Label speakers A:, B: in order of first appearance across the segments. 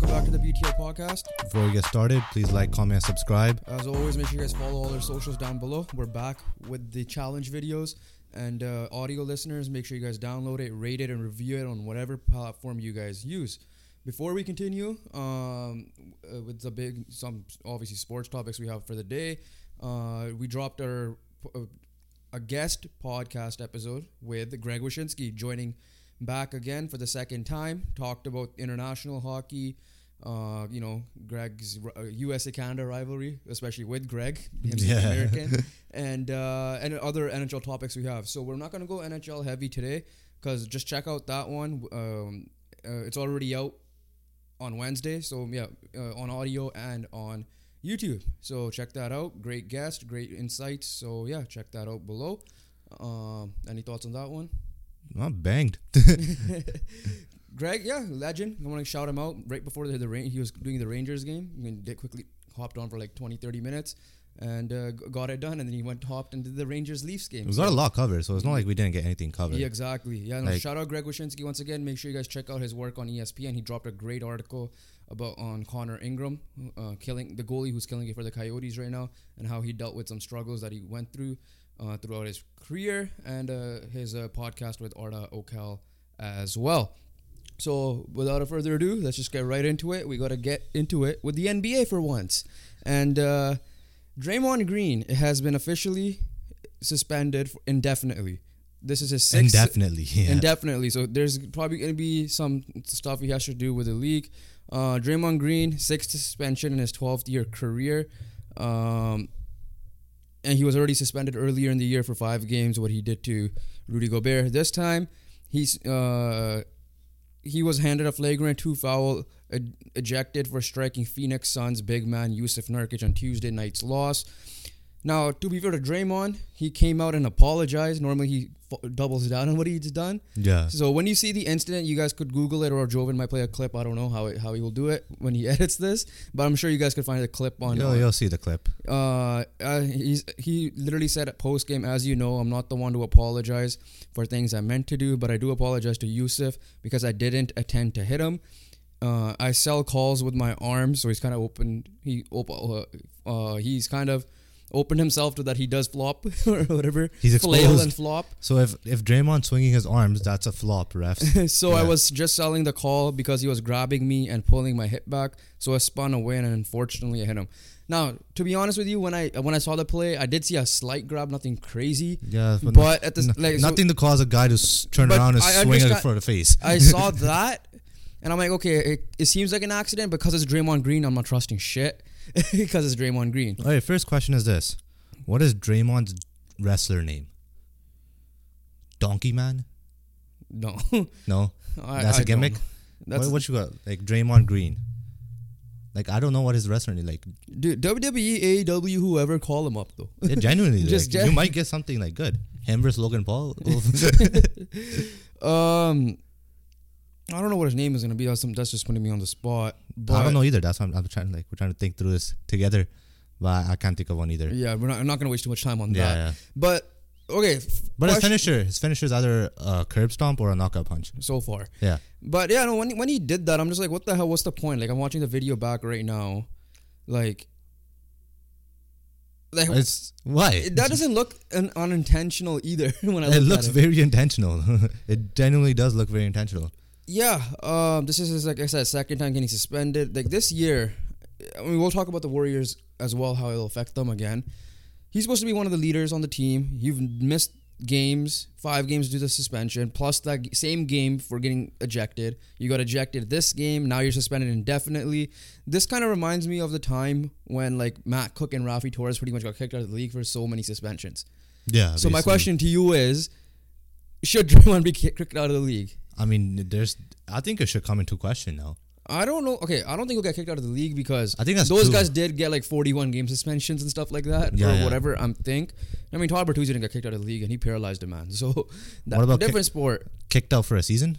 A: WTO podcast.
B: Before we get started, please like, comment, subscribe.
A: As always, make sure you guys follow all our socials down below. We're back with the challenge videos. And uh, audio listeners, make sure you guys download it, rate it, and review it on whatever platform you guys use. Before we continue um, uh, with the big, some obviously sports topics we have for the day, uh, we dropped our uh, a guest podcast episode with Greg Wyszynski joining back again for the second time. Talked about international hockey, uh, you know, Greg's uh, USA Canada rivalry, especially with Greg, himself
B: Yeah.
A: American, and uh, and other NHL topics we have. So we're not gonna go NHL heavy today because just check out that one. Um, uh, it's already out on Wednesday. So yeah, uh, on audio and on YouTube. So check that out. Great guest, great insights. So yeah, check that out below. Um, any thoughts on that one?
B: Not banged.
A: Greg, yeah, legend. I want to shout him out right before the, the rain. He was doing the Rangers game. I mean, Dick quickly hopped on for like 20, 30 minutes and uh, g- got it done. And then he went hopped into the Rangers Leafs game.
B: We got a lot covered, so it's not like we didn't get anything covered.
A: Yeah, exactly. Yeah, no,
B: Like-
A: shout out Greg Wyszynski once again. Make sure you guys check out his work on E ESPN. He dropped a great article about on Connor Ingram, uh, killing the goalie who's killing it for the Coyotes right now, and how he dealt with some struggles that he went through uh, throughout his career, and uh, his uh, podcast with Arda Ocal as well. So, without further ado, let's just get right into it. We got to get into it with the NBA for once. And uh, Draymond Green has been officially suspended for- indefinitely. This is his sixth
B: Indefinitely. Yeah.
A: indefinitely. So there's probably going to be some stuff he has to do with the league. Uh, Draymond Green, sixth suspension in his 12th year career. Um, and he was already suspended earlier in the year for five games, what he did to Rudy Gobert. This time, he's uh, he was handed a flagrant two foul, e- ejected for striking Phoenix Suns big man Yusuf Nurkic on Tuesday night's loss. Now, to be fair to Draymond, he came out and apologized. Normally, he f- doubles down on what he's done.
B: Yeah.
A: So when you see the incident, you guys could Google it, or Joven might play a clip. I don't know how it, how he will do it when he edits this, but I'm sure you guys could find the clip on.
B: You'll, you'll see the clip.
A: Uh, uh, he's he literally said at post game, as you know, I'm not the one to apologize for things I meant to do, but I do apologize to Yusuf because I didn't attend to hit him. Uh, I sell calls with my arms, so he's kind of opened. He op- uh, uh, he's kind of opened himself to that he does flop or whatever.
B: He's
A: flail and
B: exposed.
A: flop.
B: So if if Draymond swinging his arms, that's a flop, refs.
A: so I
B: Yeah.
A: was just selling the call because he was grabbing me and pulling my hip back. So I spun away and unfortunately I hit him. Now, to be honest with you, when I when I saw the play, I did see a slight grab, nothing crazy.
B: Yeah,
A: but, at the
B: n-
A: like, so-
B: nothing to cause a guy to s- turn
A: But
B: around and
A: I
B: swing it
A: understand-
B: for the face.
A: I saw that, and I'm like, okay, it, it seems like an accident because it's Draymond Green. I'm not trusting shit because it's Draymond Green.
B: All right, first question is this: What is Draymond's wrestler name? Donkey Man?
A: No,
B: No,
A: I-
B: that's
A: I
B: a
A: don't
B: gimmick.
A: know. That's
B: what, what you got? Like Draymond Green. Like I don't know what his wrestler name. Like
A: dude, WWE, AEW, whoever, call him up though.
B: Yeah, genuinely,
A: Just
B: like,
A: gen-
B: you might get something like good. Him versus Logan Paul.
A: Um, I don't know what his name is gonna be. That's, some- that's just putting me on the spot. But
B: I don't know either. That's why I'm, I'm trying. Like we're trying to think through this together, but I can't think of one either.
A: Yeah, we're not, I'm not gonna waste too much time on
B: Yeah,
A: that.
B: yeah.
A: But okay, f-
B: But his
A: question-
B: finisher, his finisher is either a curb stomp or a knockout punch.
A: so far.
B: Yeah,
A: But yeah, no. When he- when he did that, I'm just like, what the hell? What's the point? Like, I'm watching the video back right now. Like, like
B: it's why
A: that doesn't look un- unintentional either. When I look
B: It looks
A: at it.
B: very intentional. it genuinely does look very intentional.
A: Yeah, um, this is his, like I said, second time getting suspended. Like this year, I mean, we'll talk about the Warriors as well, how it'll affect them again. He's supposed to be one of the leaders on the team. You've missed games, five games due to suspension, plus that g- same game for getting ejected. You got ejected this game. Now you're suspended indefinitely. This kind of reminds me of the time when like Matt Cook and Rafi Torres pretty much got kicked out of the league for so many suspensions.
B: Yeah.
A: So my
B: basically.
A: question to you is, should Draymond be kicked out of the league?
B: I mean, there's. I think it should come into question now.
A: I don't know. Okay, I don't think he'll get kicked out of the league because
B: I think that's
A: those
B: true.
A: guys did get like 41 game suspensions and stuff like that,
B: Yeah,
A: or
B: yeah.
A: whatever. I'm think. I mean, Todd Bertuzzi didn't get kicked out of the league, and he paralyzed a man. So that
B: What about
A: different sport.
B: Kicked out for a season.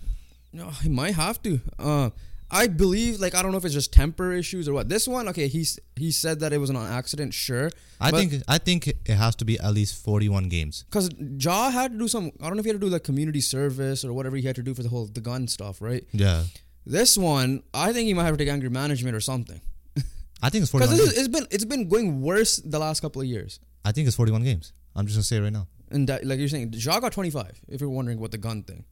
A: No, he might have to. Uh, I believe, like, I don't know if it's just temper issues or what. This one, okay, he's he said that it was an accident. Sure,
B: I think. I think it has to be at least 41 games.
A: because Jaw had to do some. I don't know if he had to do like community service or whatever he had to do for the whole the gun stuff, right?
B: Yeah.
A: This one, I think he might have to take anger management or something.
B: I think it's
A: Because
B: 41. games.
A: it's been it's been going worse the last couple of years.
B: I think it's 41 games. I'm just gonna say it right now.
A: And that, like you're saying, Ja got 25. If you're wondering what the gun thing,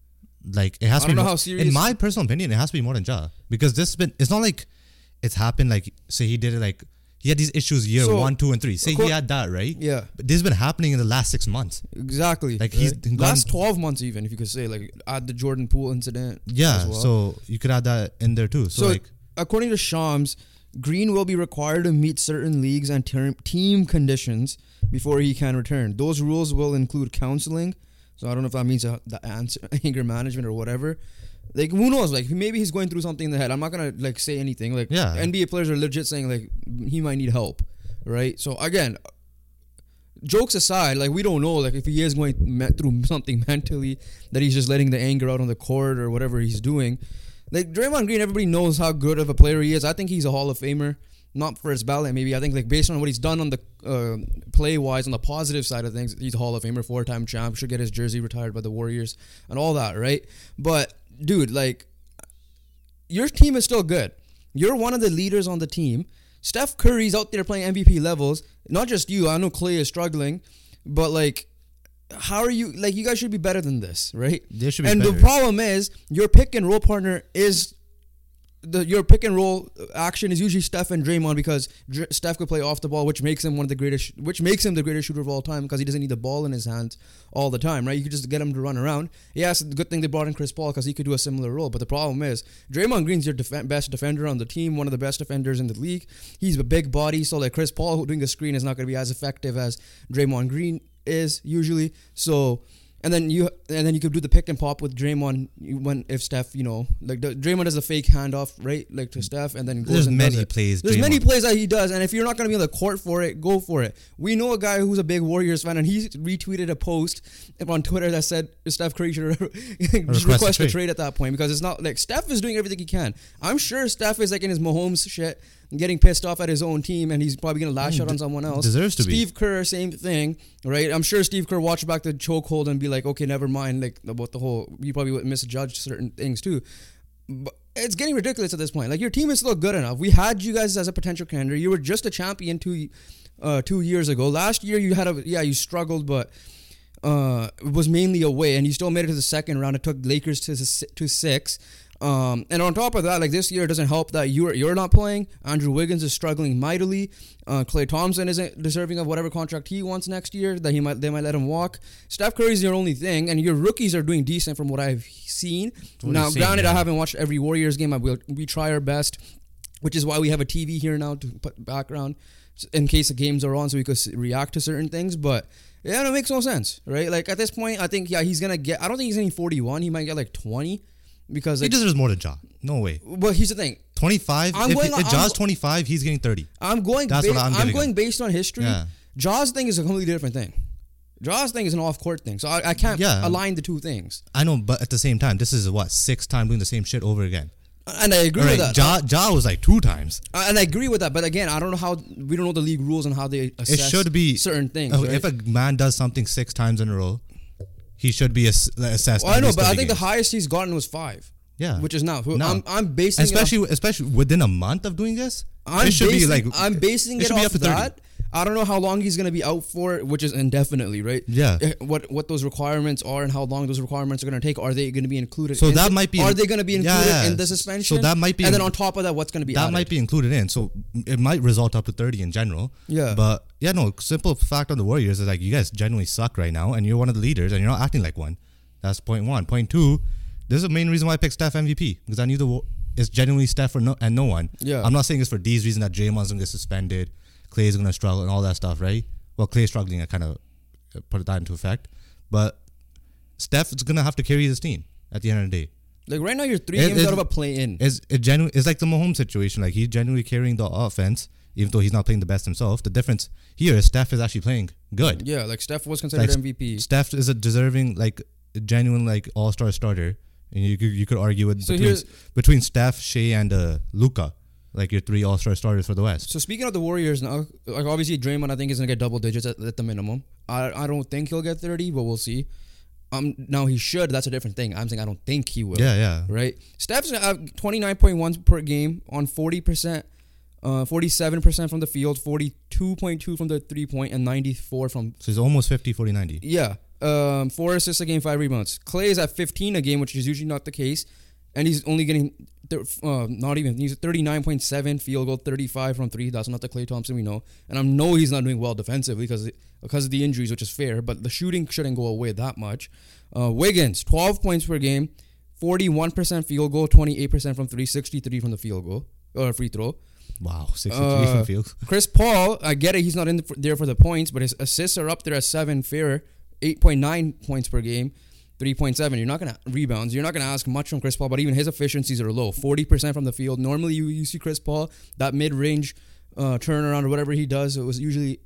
B: Like it has
A: I
B: to be.
A: don't know
B: more-
A: how serious-
B: In my personal opinion, it has to be more than Ja because this has been. It's not like it's happened. Like say he did it. Like he had these issues year
A: So,
B: one, two, and three. Say
A: acco-
B: he had that right.
A: yeah,
B: But this has been happening in the last six months.
A: exactly.
B: Like, he's gone-
A: last 12 months, even if you could say, like add the Jordan Poole incident.
B: Yeah,
A: as well.
B: so you could add that in there too. So,
A: So,
B: like,
A: according to Shams, Green will be required to meet certain leagues and ter- team conditions before he can return. Those rules will include counseling. So I don't know if that means uh, the answer, anger management or whatever. Like who knows? Like maybe he's going through something in the head. I'm not gonna like say anything. Like
B: Yeah.
A: NBA players are legit saying like he might need help, right? So again, jokes aside, like we don't know, like if he is going me- through something mentally that he's just letting the anger out on the court or whatever he's doing. Like Draymond Green, everybody knows how good of a player he is. I think he's a Hall of Famer, not for his ballot maybe. I think like based on what he's done on the uh, play wise, on the positive side of things, he's a Hall of Famer, four time champ, should get his jersey retired by the Warriors and all that, right? But dude, like your team is still good. You're one of the leaders on the team. Steph Curry's out there playing MVP levels. Not just you. I know Clay is struggling, but like, how are you? Like, you guys should be better than this, right?
B: They should be
A: And the
B: better.
A: problem is your pick and roll partner is. The, your pick and roll action is usually Steph and Draymond because Dr- Steph could play off the ball, which makes him one of the greatest, which makes him the greatest shooter of all time because he doesn't need the ball in his hands all the time, right? You could just get him to run around. Yeah, it's a good thing they brought in Chris Paul because he could do a similar role. But the problem is Draymond Green's your def- best defender on the team, one of the best defenders in the league. He's a big body, so like Chris Paul who- doing a screen is not going to be as effective as Draymond Green is usually. So and then you and then you could do the pick and pop with Draymond when if Steph, you know, like the, Draymond does a fake handoff, right, like to Steph, and then goes
B: There's
A: and does
B: many
A: it.
B: plays
A: There's many
B: Draymond-
A: plays that he does, and if you're not gonna be on the court for it, go for it. We know a guy who's a big Warriors fan, and he retweeted a post on Twitter that said Steph Curry should request,
B: Request a
A: request a
B: trade.
A: trade at that point because it's not like Steph is doing everything he can. I'm sure Steph is like in his Mahomes shit, getting pissed off at his own team, and he's probably gonna
B: Mm,
A: lash out on someone else.
B: deserves to be.
A: Steve Steve Kerr, same thing, right? I'm sure Steve Kerr watched back the chokehold and be like, okay, never mind, like about the whole. You probably would misjudge certain things too. But it's getting ridiculous at this point. Like your team is still good enough. We had you guys as a potential contender. You were just a champion two, uh, two years ago. Last year you had a yeah you struggled, but uh, was mainly away, and you still made it to the second round. It took Lakers to s- to six. Um, and on top of that, like this year, it doesn't help that you're you're not playing. Andrew Wiggins is struggling mightily. Uh, Clay Thompson isn't deserving of whatever contract he wants next year. That he might they might let him walk. Steph Curry's your only thing, and your rookies are doing decent from what I've seen.
B: what
A: now,
B: you've seen,
A: granted, I
B: yeah.
A: haven't watched every Warriors game. I will we try our best, which is why we have a TV here now to put background s- in case the games are on, so we could s- react to certain things. But yeah, it makes no sense, right? Like at this point, I think yeah, he's gonna get. I don't think he's gonna get forty one. He might get like twenty because
B: he
A: like,
B: deserves more than Ja. No way.
A: well, here's the thing.
B: 25.
A: I'm
B: if
A: going-
B: if
A: I'm-
B: Ja's 25, he's getting 30.
A: I'm going.
B: That's
A: ba-
B: what I'm
A: I'm,
B: getting
A: going based on history.
B: Yeah.
A: Jaws thing is a completely different thing. Jaws thing is an off court thing, so I, I can't
B: Yeah.
A: align the two things.
B: I know, but at the same time, this is what sixth time doing the same shit over again.
A: And I agree
B: All
A: with
B: right,
A: that.
B: Ja, ja was like two times.
A: I- and I agree with that, but again, I don't know how we don't know the league rules and how they
B: It
A: assess
B: should be
A: certain things.
B: Oh,
A: right?
B: If a man does something six times in a row, he should be ass- assessed.
A: Well, I
B: at
A: know,
B: least
A: but I
B: 30
A: think the
B: games.
A: highest he's gotten was five.
B: Yeah.
A: which is now. Who,
B: No.
A: I'm, I'm basing it off-
B: especially especially within a month of doing this,
A: I'm
B: it should
A: basing,
B: be like
A: I'm basing it,
B: should be
A: off
B: up to 30.
A: that. I don't know how long he's gonna be out for, which is indefinitely, right?
B: Yeah.
A: Eh, What what those requirements are and how long those requirements are gonna take? Are they gonna be included?
B: So
A: in
B: that
A: the-
B: might be-
A: Are they gonna be included
B: Yeah.
A: in the suspension?
B: So that might be-
A: And then on top of that, what's gonna be?
B: that
A: added?
B: might be included in. So it might result up to 30 in general.
A: Yeah.
B: But yeah, no, simple fact on the Warriors is like you guys genuinely suck right now and you're one of the leaders and you're not acting like one. That's point one. Point two, this is the main reason why I picked Steph MVP because I knew the Wa- it's genuinely Steph or no, and no one.
A: Yeah.
B: I'm not saying it's for these reasons that Draymond's going to get suspended, Clay's going to struggle and all that stuff, right? Well, Clay's struggling, I kind of put that into effect. But Steph is going to have to carry this team at the end of the day.
A: like right now. You're three
B: It-
A: games
B: it-
A: out of a play in.
B: It's it genu- It's like the Mahomes situation. Like he's genuinely carrying the offense, even though he's not playing the best himself. The difference here is Steph is actually playing good.
A: Yeah, like Steph was
B: Like
A: considered MVP.
B: Steph is a deserving, like a genuine, like All Star starter, and you could, you could argue with
A: So
B: between,
A: here's-
B: between Steph, Shea, and uh, Luca, like your three All Star starters for the West.
A: So speaking of the Warriors now, like obviously Draymond, I think is gonna get double digits at, at the minimum. I I don't think he'll get thirty, but we'll see. Um, now he should. That's a different thing. I'm saying I don't think he will.
B: Yeah, yeah.
A: Right. Steph's uh, 29.1 per game on 40 percent, uh, 47 percent from the field, 42.2 from the three point, and 94 from
B: So he's almost 50, 40, 90.
A: yeah. Um, four assists a game, five rebounds. Clay is at 15 a game, which is usually not the case, and he's only getting th- uh, not even he's at 39.7 field goal, 35 from three. That's not the Clay Thompson we know, and I know he's not doing well defensively because because of the injuries, which is fair, but the shooting shouldn't go away that much. Uh, Wiggins, 12 points per game, 41% field goal, 28% from three, 63 from the field goal or free throw.
B: Wow, 63
A: Uh,
B: from field.
A: Chris Paul, I get it. He's not in the, there for the points, but his assists are up there at seven fair, eight point nine points per game, three point seven. You're not gonna rebounds. You're not gonna ask much from Chris Paul, but even his efficiencies are low, forty percent from the field. Normally, you, you see Chris Paul that mid range uh, turnaround or whatever he does. It was usually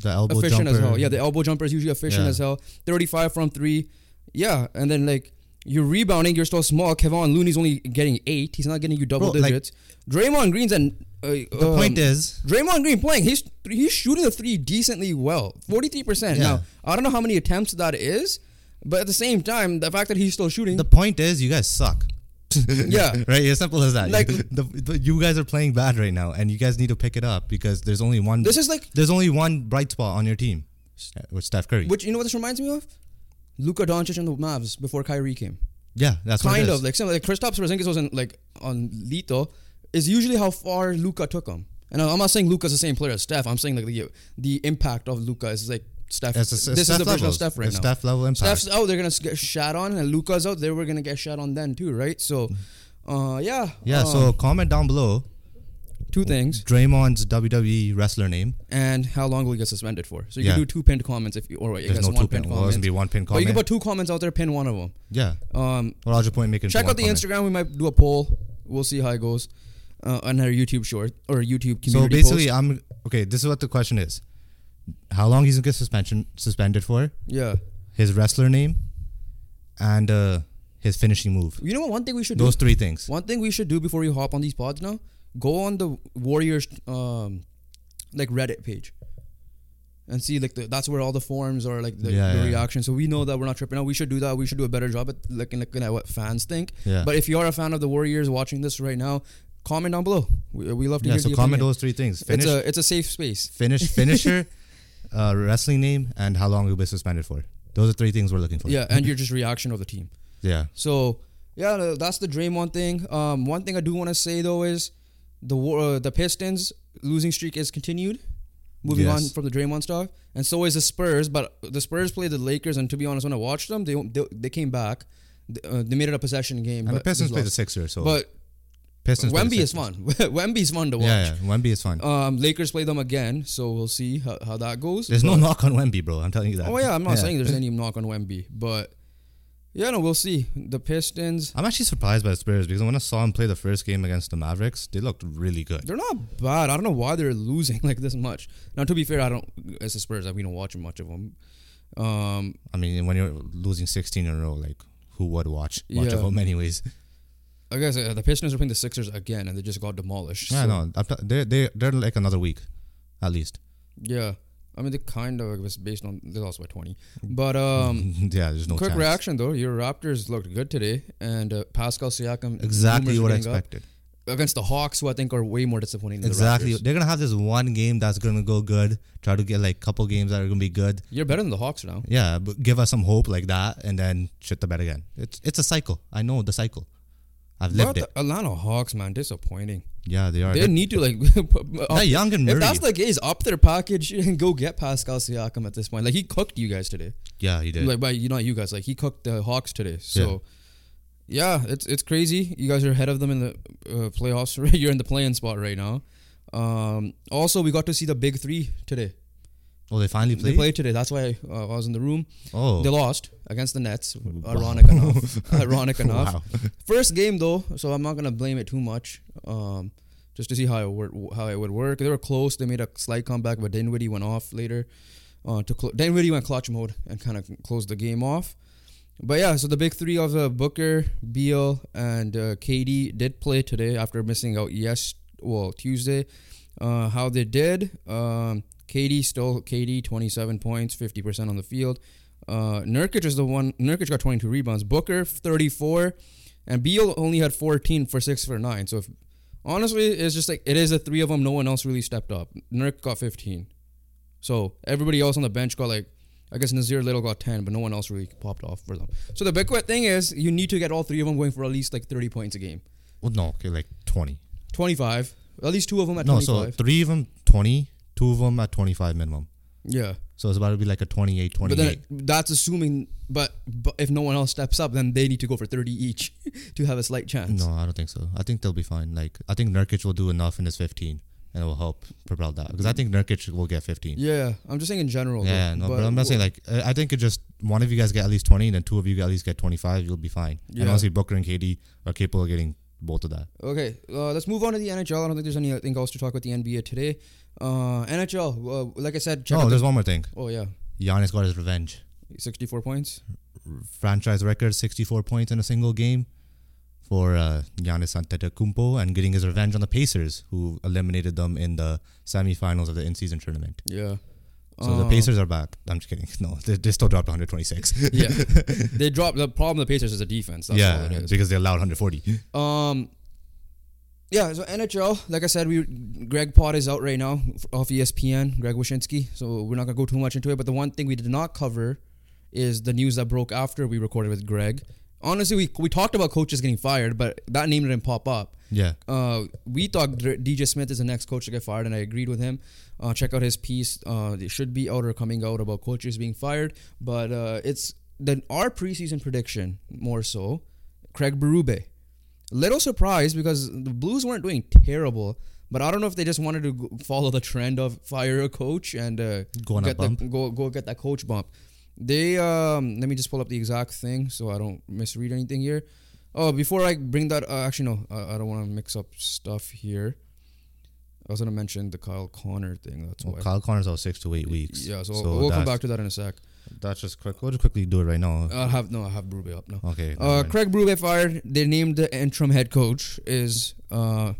B: The elbow
A: efficient
B: jumper.
A: as hell. Yeah, the elbow jumper is usually efficient
B: Yeah.
A: as hell. 35 from three. Yeah, and then like you're rebounding, you're still small. Kevon Looney's only getting eight. He's not getting you double
B: Bro, like-
A: digits. Draymond Green's and uh,
B: the point is,
A: Draymond Green playing. He's he's shooting the three decently well, forty three percent.
B: Yeah.
A: Now I don't know how many attempts that is, but at the same time, the fact that he's still shooting,
B: the point is, you guys suck.
A: Yeah.
B: right. As simple as that.
A: Like-
B: the, the, you guys are playing bad right now, and you guys need to pick it up because there's only one.
A: this is like
B: there's only one bright spot on your team, uh, with Steph Curry.
A: which you know what this reminds me of, Luka Doncic and the Mavs before Kyrie came.
B: yeah, that's what it
A: Kind
B: is.
A: of like similar. Like Kristaps Porzingis wasn't like on Lito, is usually how far Luka took him. And I'm not saying Luka's the same player as Steph. I'm saying like the the impact of Luka is like Steph.
B: It's a- it's
A: this is
B: Steph
A: the version of
B: levels.
A: Steph right
B: It's
A: now.
B: Steph level impact.
A: Steph's out, oh, they're gonna s- get shot on, and Luca's out, they were gonna get shot on then too, right? So, uh, yeah,
B: Mm-hmm. yeah.
A: uh,
B: so comment down below
A: two things,
B: Draymond's WWE wrestler name.
A: and how long will he get suspended for? So you
B: Yeah.
A: can do two pinned comments if you, or wait, you
B: There's
A: guys
B: no
A: one
B: two
A: pinned
B: pin.
A: comment.
B: Well, there's gonna be one pin
A: But you
B: comment.
A: can put two comments out there, pin one of them.
B: yeah.
A: Um,
B: Or I'll just point making.
A: check out the Instagram. We might do a poll. We'll see how it goes. Uh, on our YouTube short or YouTube
B: So
A: community.
B: basically,
A: post.
B: I'm okay. This is what the question is: How long he's gonna get suspension suspended for?
A: yeah.
B: His wrestler name, and uh, his finishing move.
A: You know what? One thing we should do.
B: Those three things.
A: One thing we should do before you hop on these pods now, go on the Warriors um like Reddit page. And see, like the, that's where all the forums are, like the,
B: Yeah,
A: the
B: yeah.
A: reaction. So we know that we're not tripping out. We should do that. We should do a better job at looking, looking at what fans think.
B: Yeah.
A: But if you are a fan of the Warriors watching this right now, comment down below. We, we love to
B: yeah.
A: hear.
B: So
A: the
B: comment
A: opinion.
B: those three things: finish,
A: It's a it's a safe space.
B: finish, finisher, uh, wrestling name, and how long he'll be suspended for. Those are three things we're looking for.
A: Yeah, and your just reaction of the team.
B: Yeah.
A: So yeah, no, that's the Draymond thing. Um, one thing I do want to say though is the war, uh, the Pistons losing streak is continued. Moving
B: Yes.
A: on from the Draymond stuff, and so is the Spurs. But the Spurs played the Lakers, and to be honest, when I watched them, they they, they came back. They, uh, they made it a possession game.
B: And the
A: but
B: Pistons
A: just
B: play the
A: lost.
B: Sixers, so
A: But
B: Pistons. play the
A: Wemby is
B: Sixers.
A: fun. Wemby's fun to watch.
B: Yeah, yeah. Wemby is fun.
A: Um, Lakers play them again, so we'll see how, how that goes.
B: There's
A: but-
B: no knock on Wemby, bro. I'm telling you that.
A: Oh yeah, I'm not saying there's any knock on Wemby, but yeah, no, we'll see. The Pistons.
B: I'm actually surprised by the Spurs because when I saw him play the first game against the Mavericks, they looked really good.
A: They're not bad. I don't know why they're losing like this much. Now, to be fair, I don't. As the Spurs, we don't watch much of them. Um,
B: I mean, when you're losing 16 in a row, like who would watch much
A: Yeah.
B: of them anyways?
A: I guess uh, the Pistons are playing the Sixers again, and they just got demolished.
B: Yeah,
A: so-
B: no, I'm t- they they they're like another week, at least.
A: Yeah, I mean, they kind of it was based on they lost by twenty. But um,
B: yeah, there's Mm-hmm. no
A: quick
B: chance.
A: reaction though, your Raptors looked good today, and uh, Pascal Siakam rumors
B: Exactly
A: are
B: what I
A: getting up.
B: expected.
A: against the Hawks, who I think are way more disappointing. Than
B: Exactly,
A: The Raptors.
B: they're gonna have this one game that's gonna go good. Try to get like couple games that are gonna be good.
A: You're better than the Hawks now.
B: Yeah, but give us some hope like that, and then shit the bed again. It's it's a cycle. I know the cycle. I've lived
A: But
B: it.
A: the Atlanta Hawks, man, disappointing.
B: Yeah, they are.
A: They
B: They're,
A: need to like uh,
B: they're young and
A: If
B: Murray.
A: that's the case, up their package and go get Pascal Siakam at this point. Like he cooked you guys today.
B: yeah, he did.
A: Like, by you not you guys. Like he cooked the Hawks today. So, yeah, it's it's crazy. You guys are ahead of them in the uh, playoffs. You're in the playing spot right now. Um, also, we got to see the big three today.
B: oh, they finally played.
A: They played today. That's why uh, I was in the room.
B: Oh,
A: They lost against the Nets. Ironic enough. Ironic enough.
B: wow.
A: First game though, so I'm not gonna blame it too much. Um, just to see how it wor- how it would work. They were close. They made a slight comeback, but Dinwiddie went off later. Uh, to cl- Dinwiddie went clutch mode and kind of closed the game off. But yeah, so the big three of uh, Booker, Beal, and uh, KD did play today after missing out. Yes, well Tuesday. Uh, how they did? Um, KD still KD 27 points, 50 percent on the field. Uh, Nurkic is the one. Nurkic got 22 rebounds. Booker 34, and Beal only had 14 for six for nine. So if honestly, it's just like it is the three of them. No one else really stepped up. Nurk got 15, so everybody else on the bench got like. I guess Nazir Little got 10, but no one else really popped off for them. So the big thing is you need to get all three of them going for at least like 30 points a game.
B: Well, no, okay, like 20.
A: 25. At least two of them at
B: No,
A: 25.
B: so three of them 20, two of them at 25 minimum.
A: yeah.
B: So it's about to be like a 28,
A: But
B: 28.
A: then that's assuming, but, but if no one else steps up, then they need to go for 30 each to have a slight chance.
B: no, I don't think so. I think they'll be fine. Like I think Nurkic will do enough in his 15, and it will help propel that because I think Nurkic will get 15.
A: Yeah, I'm just saying in general.
B: Yeah,
A: though,
B: no, but, I'm not saying like I I think it just one of you guys get at least 20, and then two of you at least get 25, you'll be fine.
A: Yeah.
B: And honestly, Booker and KD are capable of getting both of that.
A: Okay, uh, let's move on to the NHL. I don't think there's anything else to talk about the NBA today. Uh, NHL, uh, like I said, check
B: oh,
A: out the-
B: there's one more thing.
A: oh, yeah,
B: Giannis got his revenge.
A: 64 points.
B: Franchise record, 64 points in a single game for uh, Giannis Antetokounmpo, and getting his revenge on the Pacers, who eliminated them in the semifinals of the in-season tournament.
A: Yeah.
B: So the
A: Uh,
B: Pacers are back. I'm just kidding. No, they, they still dropped 126.
A: Um, yeah, they dropped. The problem with the Pacers is the defense. That's all
B: yeah,
A: it is.
B: because they allowed 140.
A: Um, yeah, so NHL, like I said, we Greg Pod is out right now f- off E ESPN, Greg Wyshynski. So we're not gonna go too much into it. But the one thing we did not cover is the news that broke after we recorded with Greg. Honestly, we we talked about coaches getting fired, but that name didn't pop up.
B: Yeah.
A: Uh, we thought Dr- DJ Smith is the next coach to get fired, and I agreed with him. Uh, check out his piece; uh, it should be out or coming out about coaches being fired. But uh, it's then our preseason prediction more so. Craig Berube, little surprised because the Blues weren't doing terrible, but I don't know if they just wanted to go- follow the trend of fire a coach and uh,
B: Go on a
A: get the-
B: bump.
A: go go get that coach bump. They um, let me just pull up the exact thing so I don't misread anything here. Oh, before I bring that, uh, actually no, I, I don't want to mix up stuff here. I was gonna mention the Kyle Connor thing. That's
B: Well,
A: why.
B: Kyle Connor's out six to eight weeks.
A: yeah, so, we'll come back to that in a sec.
B: That's just quick. We'll just quickly do it right now.
A: I have no, I have Brube up now.
B: okay. never
A: Uh,
B: mind.
A: Craig Brube fired. They named the interim head coach is uh,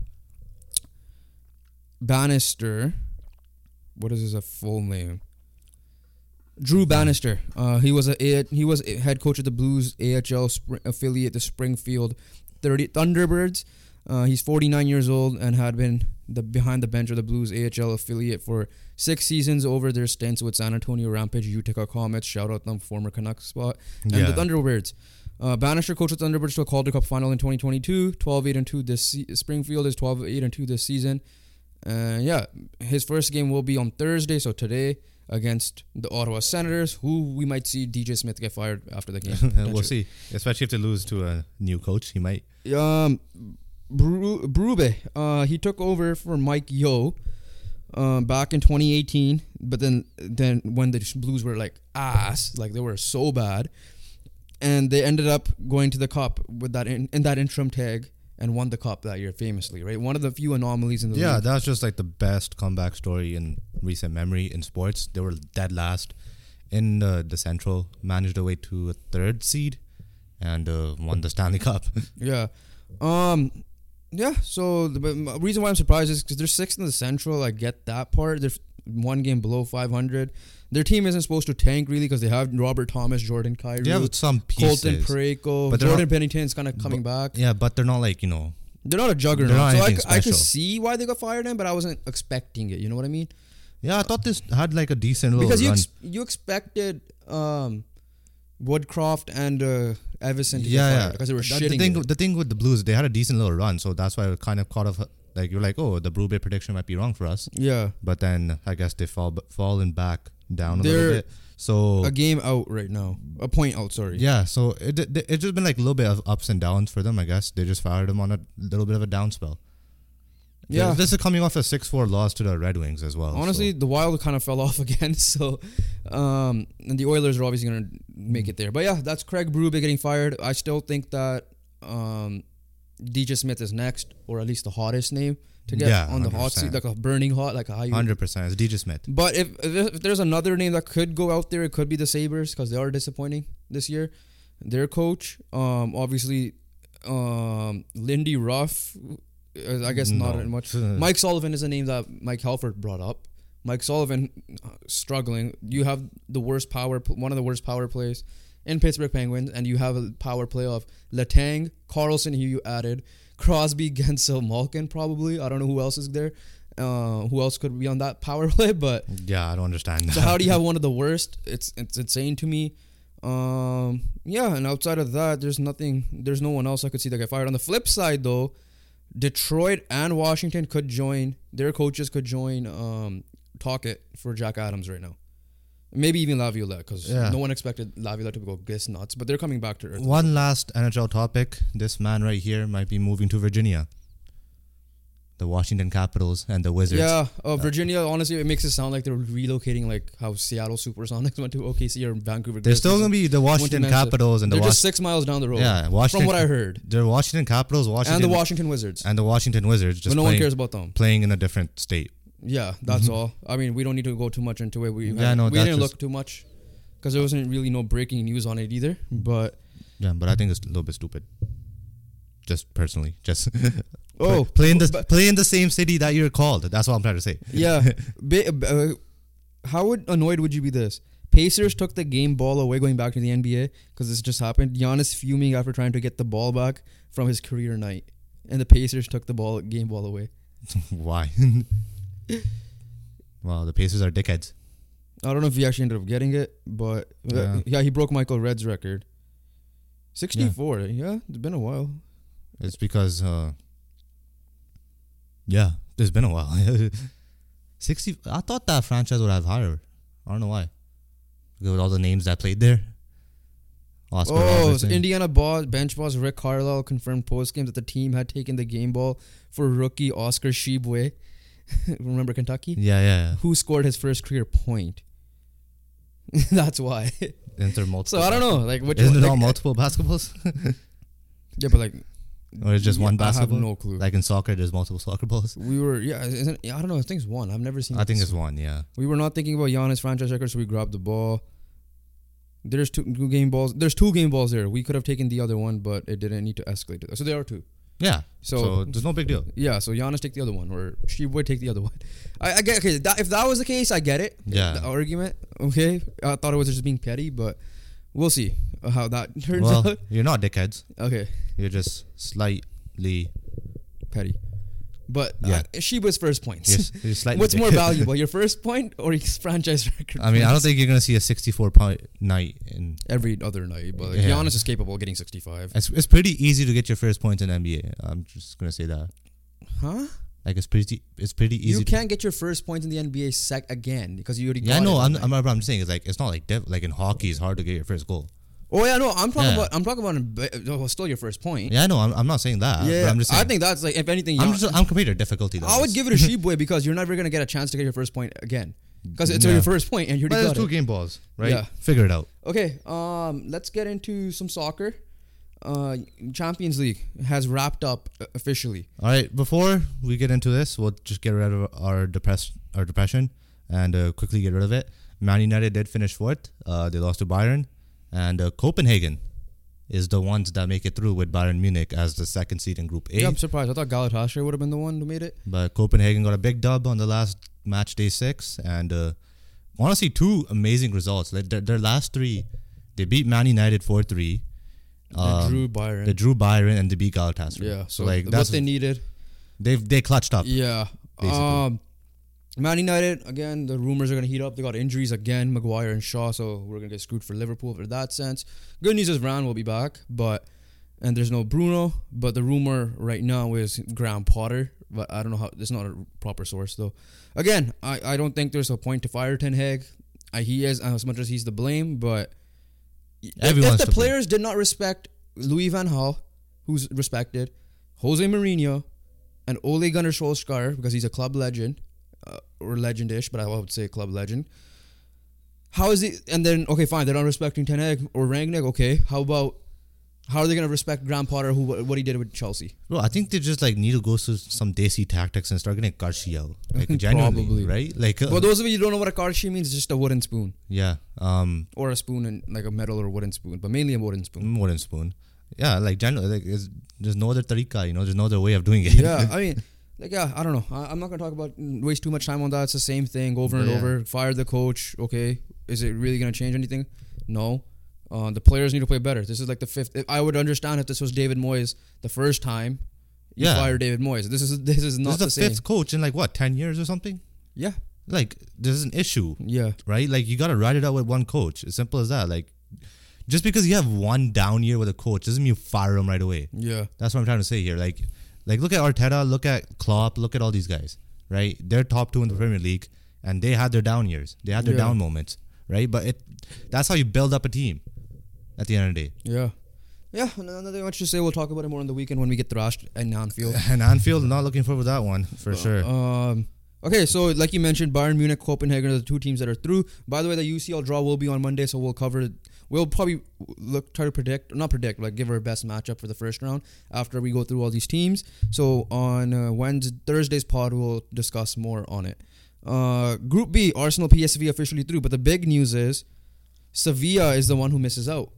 A: Bannister. What is his uh, full name? Drew Bannister. Uh, he was a A- he was a head coach of the Blues AHL spr- affiliate, the Springfield 30 Thunderbirds. Uh, he's 49 years old and had been the behind the bench of the Blues AHL affiliate for six seasons over their stints with San Antonio Rampage, Utica Comets. Shout out them former Canucks spot and
B: yeah.
A: the Thunderbirds. Uh, Bannister coached the Thunderbirds to a Calder Cup final in 2022, 12 8 and 2 this se- Springfield is 12 8 and 2 this season. Uh, yeah, his first game will be on Thursday, so today against the Ottawa Senators, who we might see DJ Smith get fired after the game.
B: we'll see. Especially if they lose to a new coach, he might.
A: Um, Bru- Brube, uh, he took over for Mike Yo, um, back in 2018. But then, then when the Blues were like ass, like they were so bad, and they ended up going to the cup with that in, in that interim tag and won the cup that year, famously, right? One of the few anomalies in the
B: Yeah,
A: league.
B: that's just like the best comeback story in recent memory in sports. They were dead last in the, the Central, managed their way to a third seed, and uh, won the Stanley Cup.
A: Yeah. Um. Yeah. So the but m- reason why I'm surprised is because they're sixth in the Central. I get that part. They're f- one game below 500. Their team isn't supposed to tank really because they have Robert Thomas, Jordan Kyrie,
B: they have some pieces.
A: Colton Pareko,
B: but they're
A: Jordan Pennington's kind of coming back.
B: yeah, but they're not like you know.
A: They're not a juggernaut.
B: not
A: so I,
B: anything
A: c- I could
B: special.
A: see why they got fired in, but I wasn't expecting it. You know what I mean?
B: Yeah, I thought this had like a decent little
A: because you
B: run.
A: ex- you expected um, Woodcroft and uh, Everson to get
B: yeah,
A: fired
B: yeah.
A: because they were
B: That-
A: shitting.
B: The thing,
A: it.
B: the thing with the Blues, they had a decent little run, so that's why I kind of caught off. Like you're like, oh, the Brube prediction might be wrong for us,
A: Yeah,
B: but then I guess they fall fallen back down a
A: They're-
B: little bit. So
A: a game out right now, a point out. Sorry.
B: yeah, so it it- it's just been like a little bit of ups and downs for them. I guess they just fired him on a little bit of a down spell.
A: Yeah.
B: this is coming off a six four loss to the Red Wings as well. so-
A: Honestly, the Wild kind of fell off again, so um, and the Oilers are obviously going to make it there. But yeah, that's Craig Berube getting fired. I still think that um, DJ Smith is next, or at least the hottest name to get
B: Yeah,
A: on the hot seat,
B: 100%.
A: like a burning hot, like a high.
B: hundred percent, it's DJ Smith.
A: But if, if there's another name that could go out there, it could be the Sabers because they are disappointing this year. Their coach, um, obviously, um, Lindy Ruff. uh, I guess not
B: No.
A: much. Mike Sullivan is a name that Mike Halford brought up, Mike Sullivan uh, struggling. You have the worst power, pl- one of the worst power plays in Pittsburgh Penguins, and you have a power play of Latang, Carlson, who you added, Crosby, Gensel, Malkin, probably. I don't know who else is there. Uh, who else could be on that power play? But
B: Yeah, I don't understand.
A: so how do you have one of the worst? It's it's insane to me. Um, yeah, and outside of that, there's nothing. There's no one else I could see that get fired. On the flip side, though, Detroit and Washington could join. Their coaches could join. Um, talk it for Jack Adams right now. Maybe even Laviolette, because
B: Yeah.
A: no one expected Laviolette to go this nuts. But they're coming back to earth.
B: One last NHL topic. This man right here might be moving to Virginia. The Washington Capitals and the Wizards.
A: Yeah, uh, Virginia. Honestly, it makes it sound like they're relocating, like how Seattle SuperSonics went to OKC or Vancouver.
B: They're still
A: Grizzlies.
B: going to be the Washington
A: Manchester.
B: Capitals and the
A: They're just
B: Washington.
A: six miles down the road.
B: Yeah, Washington.
A: from what I heard.
B: They're Washington Capitals, Washington,
A: and the Washington Wizards.
B: Oh, and the Washington Wizards. Just
A: But no
B: playing,
A: one cares about them.
B: playing in a different state.
A: Yeah, that's all. I mean, we don't need to go too much into it. We
B: Yeah, no,
A: we
B: that's
A: didn't
B: just-
A: look too much because there wasn't really no breaking news on it either. But
B: Yeah, but I think it's a little bit stupid. Just personally, just
A: Oh,
B: play in the
A: but-
B: play in the same city that you're called. That's what I'm trying to say.
A: yeah, ba- uh, how would, annoyed would you be? This Pacers took the game ball away going back to the NBA because this just happened. Giannis fuming after trying to get the ball back from his career night, and the Pacers took the ball game ball away.
B: Why? well, the Pacers are dickheads.
A: I don't know if he actually ended up getting it, but uh, yeah,
B: Yeah.
A: he broke Michael Red's record. 64, yeah. it's been a while.
B: It's because, uh, yeah, it's been a while. Sixty. I thought that franchise would have higher. I don't know why. With all the names that played there. Oscar
A: oh,
B: Robertson.
A: Indiana boss, bench boss Rick Carlisle confirmed postgame that the team had taken the game ball for rookie Oscar Shibwe. Remember Kentucky?
B: yeah, yeah.
A: Who scored his first career point? That's why.
B: yeah. Isn't there multiple?
A: so I don't know, like which
B: Isn't
A: one,
B: it all
A: like-
B: multiple basketballs?
A: Yeah, but like,
B: or is it just one
A: yeah,
B: basketball?
A: I have no clue.
B: Like in soccer, there's multiple soccer balls.
A: we were, yeah, isn't, yeah, I don't know. I think it's one. I've never seen.
B: I think
A: this.
B: it's one, yeah.
A: We were not thinking about Giannis franchise record, so we grabbed the ball. There's two, two game balls. There's two game balls there. We could have taken the other one, but it didn't need to escalate. to that. So there are two.
B: Yeah. So,
A: So,
B: there's no big deal.
A: yeah, so Giannis take the other one, or she would take the other one. I, I get okay. That, if that was the case, I get it.
B: Yeah.
A: The argument. Okay, I thought it was just being petty, but we'll see how that turns
B: Well,
A: out.
B: you're not dickheads.
A: Okay,
B: You're just slightly.
A: petty. But
B: Yeah.
A: yeah. she was first points.
B: You're, s- you're slightly
A: What's more
B: dickhead.
A: valuable, your first point or his franchise record?
B: I mean, I
A: points?
B: don't think you're gonna see a 64 point night, and
A: every other night, but like,
B: Yeah.
A: Giannis is capable of getting 65.
B: it's, it's pretty easy to get your first points in NBA. I'm just gonna say that.
A: Huh?
B: Like it's pretty, it's pretty easy.
A: You
B: to-
A: can't get your first point in the NBA sec again because you already.
B: yeah,
A: got
B: no,
A: it
B: I'm,
A: that
B: I'm, I'm just saying it's like it's not like def- like in hockey, it's hard to get your first goal.
A: night. oh yeah, no, I'm talking
B: Yeah.
A: about. I'm talking about. in ba- oh, well, still your first point.
B: Yeah, no, I'm, I'm not saying that. but I'm just saying,
A: I think that's like if anything,
B: I'm
A: Gian-
B: just I'm comparing to difficulty.
A: I would give it a Sheboy because you're never gonna get a chance to get your first point again because it's
B: Yeah.
A: your first point and you
B: But
A: already
B: it's
A: got
B: two
A: it.
B: game balls, right?
A: Yeah.
B: Figure it out.
A: Okay, um, let's get into some soccer. Uh, Champions League has wrapped up uh, officially.
B: All right, before we get into this, we'll just get rid of our depress our depression and uh, quickly get rid of it. Man United did finish fourth. Uh, they lost to Bayern, and uh, Copenhagen is the ones that make it through with Bayern Munich as the second seed in Group A.
A: Yeah, I'm surprised. I thought Galatasaray would have been the one who made it.
B: But Copenhagen got a big dub on the last match day six, and uh, honestly, two amazing results. Like their, their last three, they beat Man United four three.
A: they drew Byron.
B: Um, They drew Byron and they beat Galatasaray.
A: yeah,
B: so like
A: what
B: that's
A: they needed.
B: they they clutched up.
A: Yeah.
B: basically.
A: Um, Man United again. The rumors are going to heat up. They got injuries again, Maguire and Shaw. So we're going to get screwed for Liverpool for that sense. Good news is Rand will be back, but and there's no Bruno. But the rumor right now is Graham Potter. But I don't know how. It's not a proper source though. Again, I I don't think there's a point to fire Ten Hag. I, he is as much as he's to blame, but if-
B: Everyone's
A: if
B: to
A: the
B: blame.
A: players did not respect Louis Van Gaal, who's respected, Jose Mourinho, and Ole Gunnar Solskjaer because he's a club legend uh, or legendish, but I would say club legend. How is it? And then okay, fine, they're not respecting Ten Hag or Rangnick. Okay, how about how are they gonna respect Graham Potter who what he did with Chelsea?
B: Bro, I think they just like need to go to some desi tactics and start getting Karshi out. Like genuinely,
A: Probably.
B: right? Like uh,
A: For those of you who don't know what a karshi means, it's just a wooden spoon
B: yeah, um,
A: or a spoon and like a metal or wooden spoon, but mainly a wooden spoon.
B: wooden spoon. Yeah, like generally, like it's, there's no other tarika, you know. There's no other way of doing it.
A: yeah, I mean, like yeah, I don't know. I, I'm not gonna talk about mm, waste too much time on that. It's the same thing over and
B: Yeah.
A: over. Fire the coach. Okay, is it really gonna change anything? No. Uh, the players need to play better. This is like the fifth. I would understand if this was David Moyes the first time. You
B: Yeah.
A: fire David Moyes. This is this is
B: This
A: not
B: is the,
A: the, same.
B: fifth coach in like what ten years or something.
A: Yeah,
B: Like there's an issue,
A: yeah,
B: right? Like you gotta ride it out with one coach. As simple as that. Like just because you have one down year with a coach doesn't mean you fire him right away.
A: yeah,
B: That's what I'm trying to say here. Like, like look at Arteta, look at Klopp, look at all these guys, right? They're top two in the Premier League, and they had their down years, they had their
A: Yeah.
B: down moments, right? But it, that's how you build up a team. At the end of the day,
A: yeah, yeah. and Another much to say. We'll talk about it more on the weekend when we get thrashed and Anfield.
B: and Anfield not looking forward to that one for sure.
A: Um, okay, so like you mentioned, Bayern Munich, Copenhagen are the two teams that are through. By the way, the UCL draw will be on Monday, so we'll cover. We'll probably look try to predict, not predict, like give our best matchup for the first round after we go through all these teams. So on uh, Wednesday, Thursday's pod, we'll discuss more on it. Uh, Group B, Arsenal, PSV officially through, but the big news is Sevilla is the one who misses out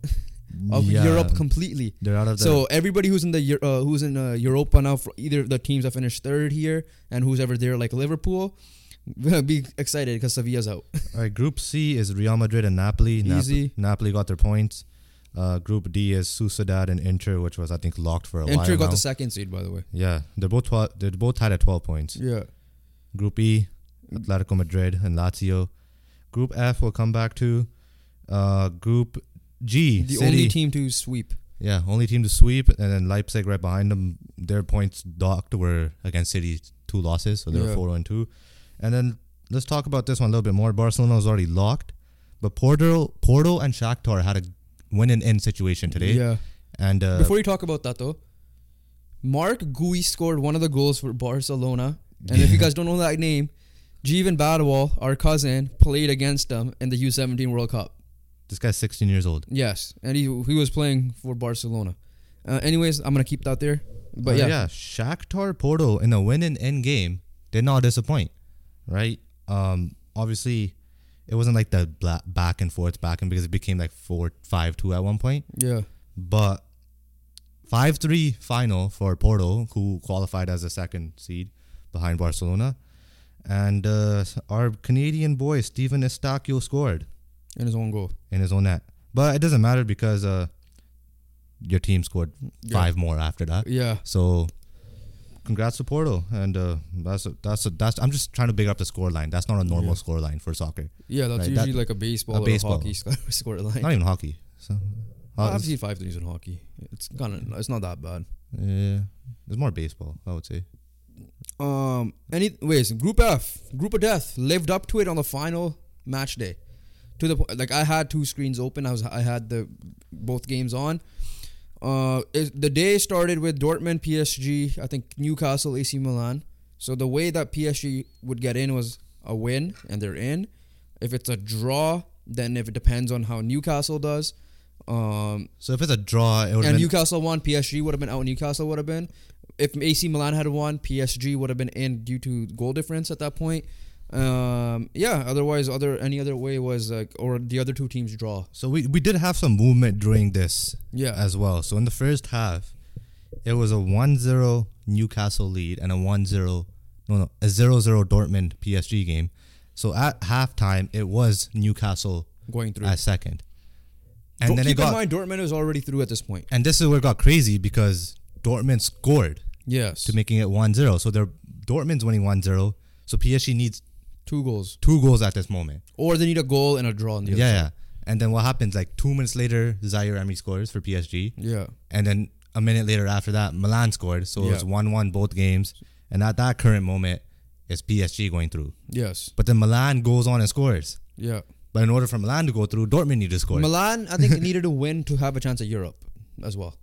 A: of
B: Yeah.
A: Europe completely.
B: They're out of the
A: So everybody who's in the Eu- uh, who's in uh, Europa now, for either the teams that finished third here and who's ever there, like Liverpool, be excited because Sevilla's out.
B: All right, Group C is Real Madrid and Napoli. Nap-
A: Easy.
B: Napoli got their points. Uh, group D is Sociedad and Inter, which was I think locked for a while.
A: Inter got
B: now.
A: the second seed, by the way.
B: yeah, they're both twa- they're both tied at twelve points.
A: Yeah,
B: Group E, Atletico Madrid and Lazio. Group F will come back to. Uh, group G,
A: the
B: City.
A: only team to sweep.
B: yeah, only team to sweep, and then Leipzig right behind them. Their points docked were against City two losses, so they
A: Yeah.
B: were four and two. And then let's talk about this one a little bit more. Barcelona was already locked, but Porto, Porto and Shakhtar had a win and in situation today.
A: Yeah.
B: And uh,
A: Before you talk about that though, Mark Gui scored one of the goals for Barcelona, and if you guys don't know that name, Jeevan Badwal, our cousin, played against them in the U17 World Cup.
B: this guy's 16 years old.
A: Yes, and he he was playing for Barcelona. Uh, anyways, I'm gonna keep that there. But
B: Uh,
A: yeah,
B: yeah, Shakhtar Porto in a win and end game did not disappoint, right? Um, obviously, it wasn't like the bla- back and forth back and because it became like four five two at one point,
A: yeah.
B: but five three final for Porto, who qualified as the second seed behind Barcelona, and uh, our Canadian boy Stephen Estacio scored
A: in his own goal.
B: in his own net, but it doesn't matter because uh, your team scored
A: Yeah.
B: five more after that.
A: Yeah,
B: So, congrats to Porto, and uh, that's a, that's a, that's. I'm just trying to big up the score line. That's not a normal
A: Yeah.
B: score line for soccer,
A: yeah, that's
B: Like that-
A: usually like a baseball,
B: a
A: or a
B: baseball.
A: hockey sc- score line.
B: not even hockey. So, ho-
A: I've seen five threes in hockey. It's kind of it's not that bad.
B: yeah, it's more baseball, I would say.
A: Um, any ways Group F, Group of Death lived up to it on the final match day. To the point, like I had two screens open. I was I had the both games on. Uh, it, the day started with Dortmund, PSG, I think Newcastle, AC Milan. So the way that PSG would get in was a win, and they're in. If it's a draw, then if it depends on how Newcastle does. Um,
B: So if it's a draw, it
A: and
B: would have been
A: Newcastle won. PSG would have been out. Newcastle would have been. If AC Milan had won, PSG would have been in due to goal difference at that point. Um, yeah. Otherwise, other any other way was like or the other two teams draw.
B: so we we did have some movement during this
A: Yeah.
B: as well. So in the first half, it was a 1-0 Newcastle lead and a 1-0 no no a 0-0 Dortmund PSG game. So at halftime, it was Newcastle
A: going through.
B: as second, and
A: Don't
B: then
A: keep
B: it got
A: in mind Dortmund is already through at this point.
B: And this is where it got crazy because Dortmund scored
A: Yes.
B: to making it 1-0. So they're Dortmund's winning 1-0. So PSG needs
A: two goals,
B: two goals at this moment.
A: or they need a goal and a draw. In the
B: Yeah, yeah. And then what happens? Like two minutes later, Zaire Emery scores for PSG,
A: Other. Yeah.
B: and then a minute later after that, Milan scored. So it was
A: Yeah.
B: one-one both games. And at that current moment, it's PSG going through.
A: Yes.
B: But then Milan goes on and scores.
A: Yeah.
B: But in order for Milan to go through, Dortmund need to score.
A: Milan, I think, needed a win to have a chance at Europe as well.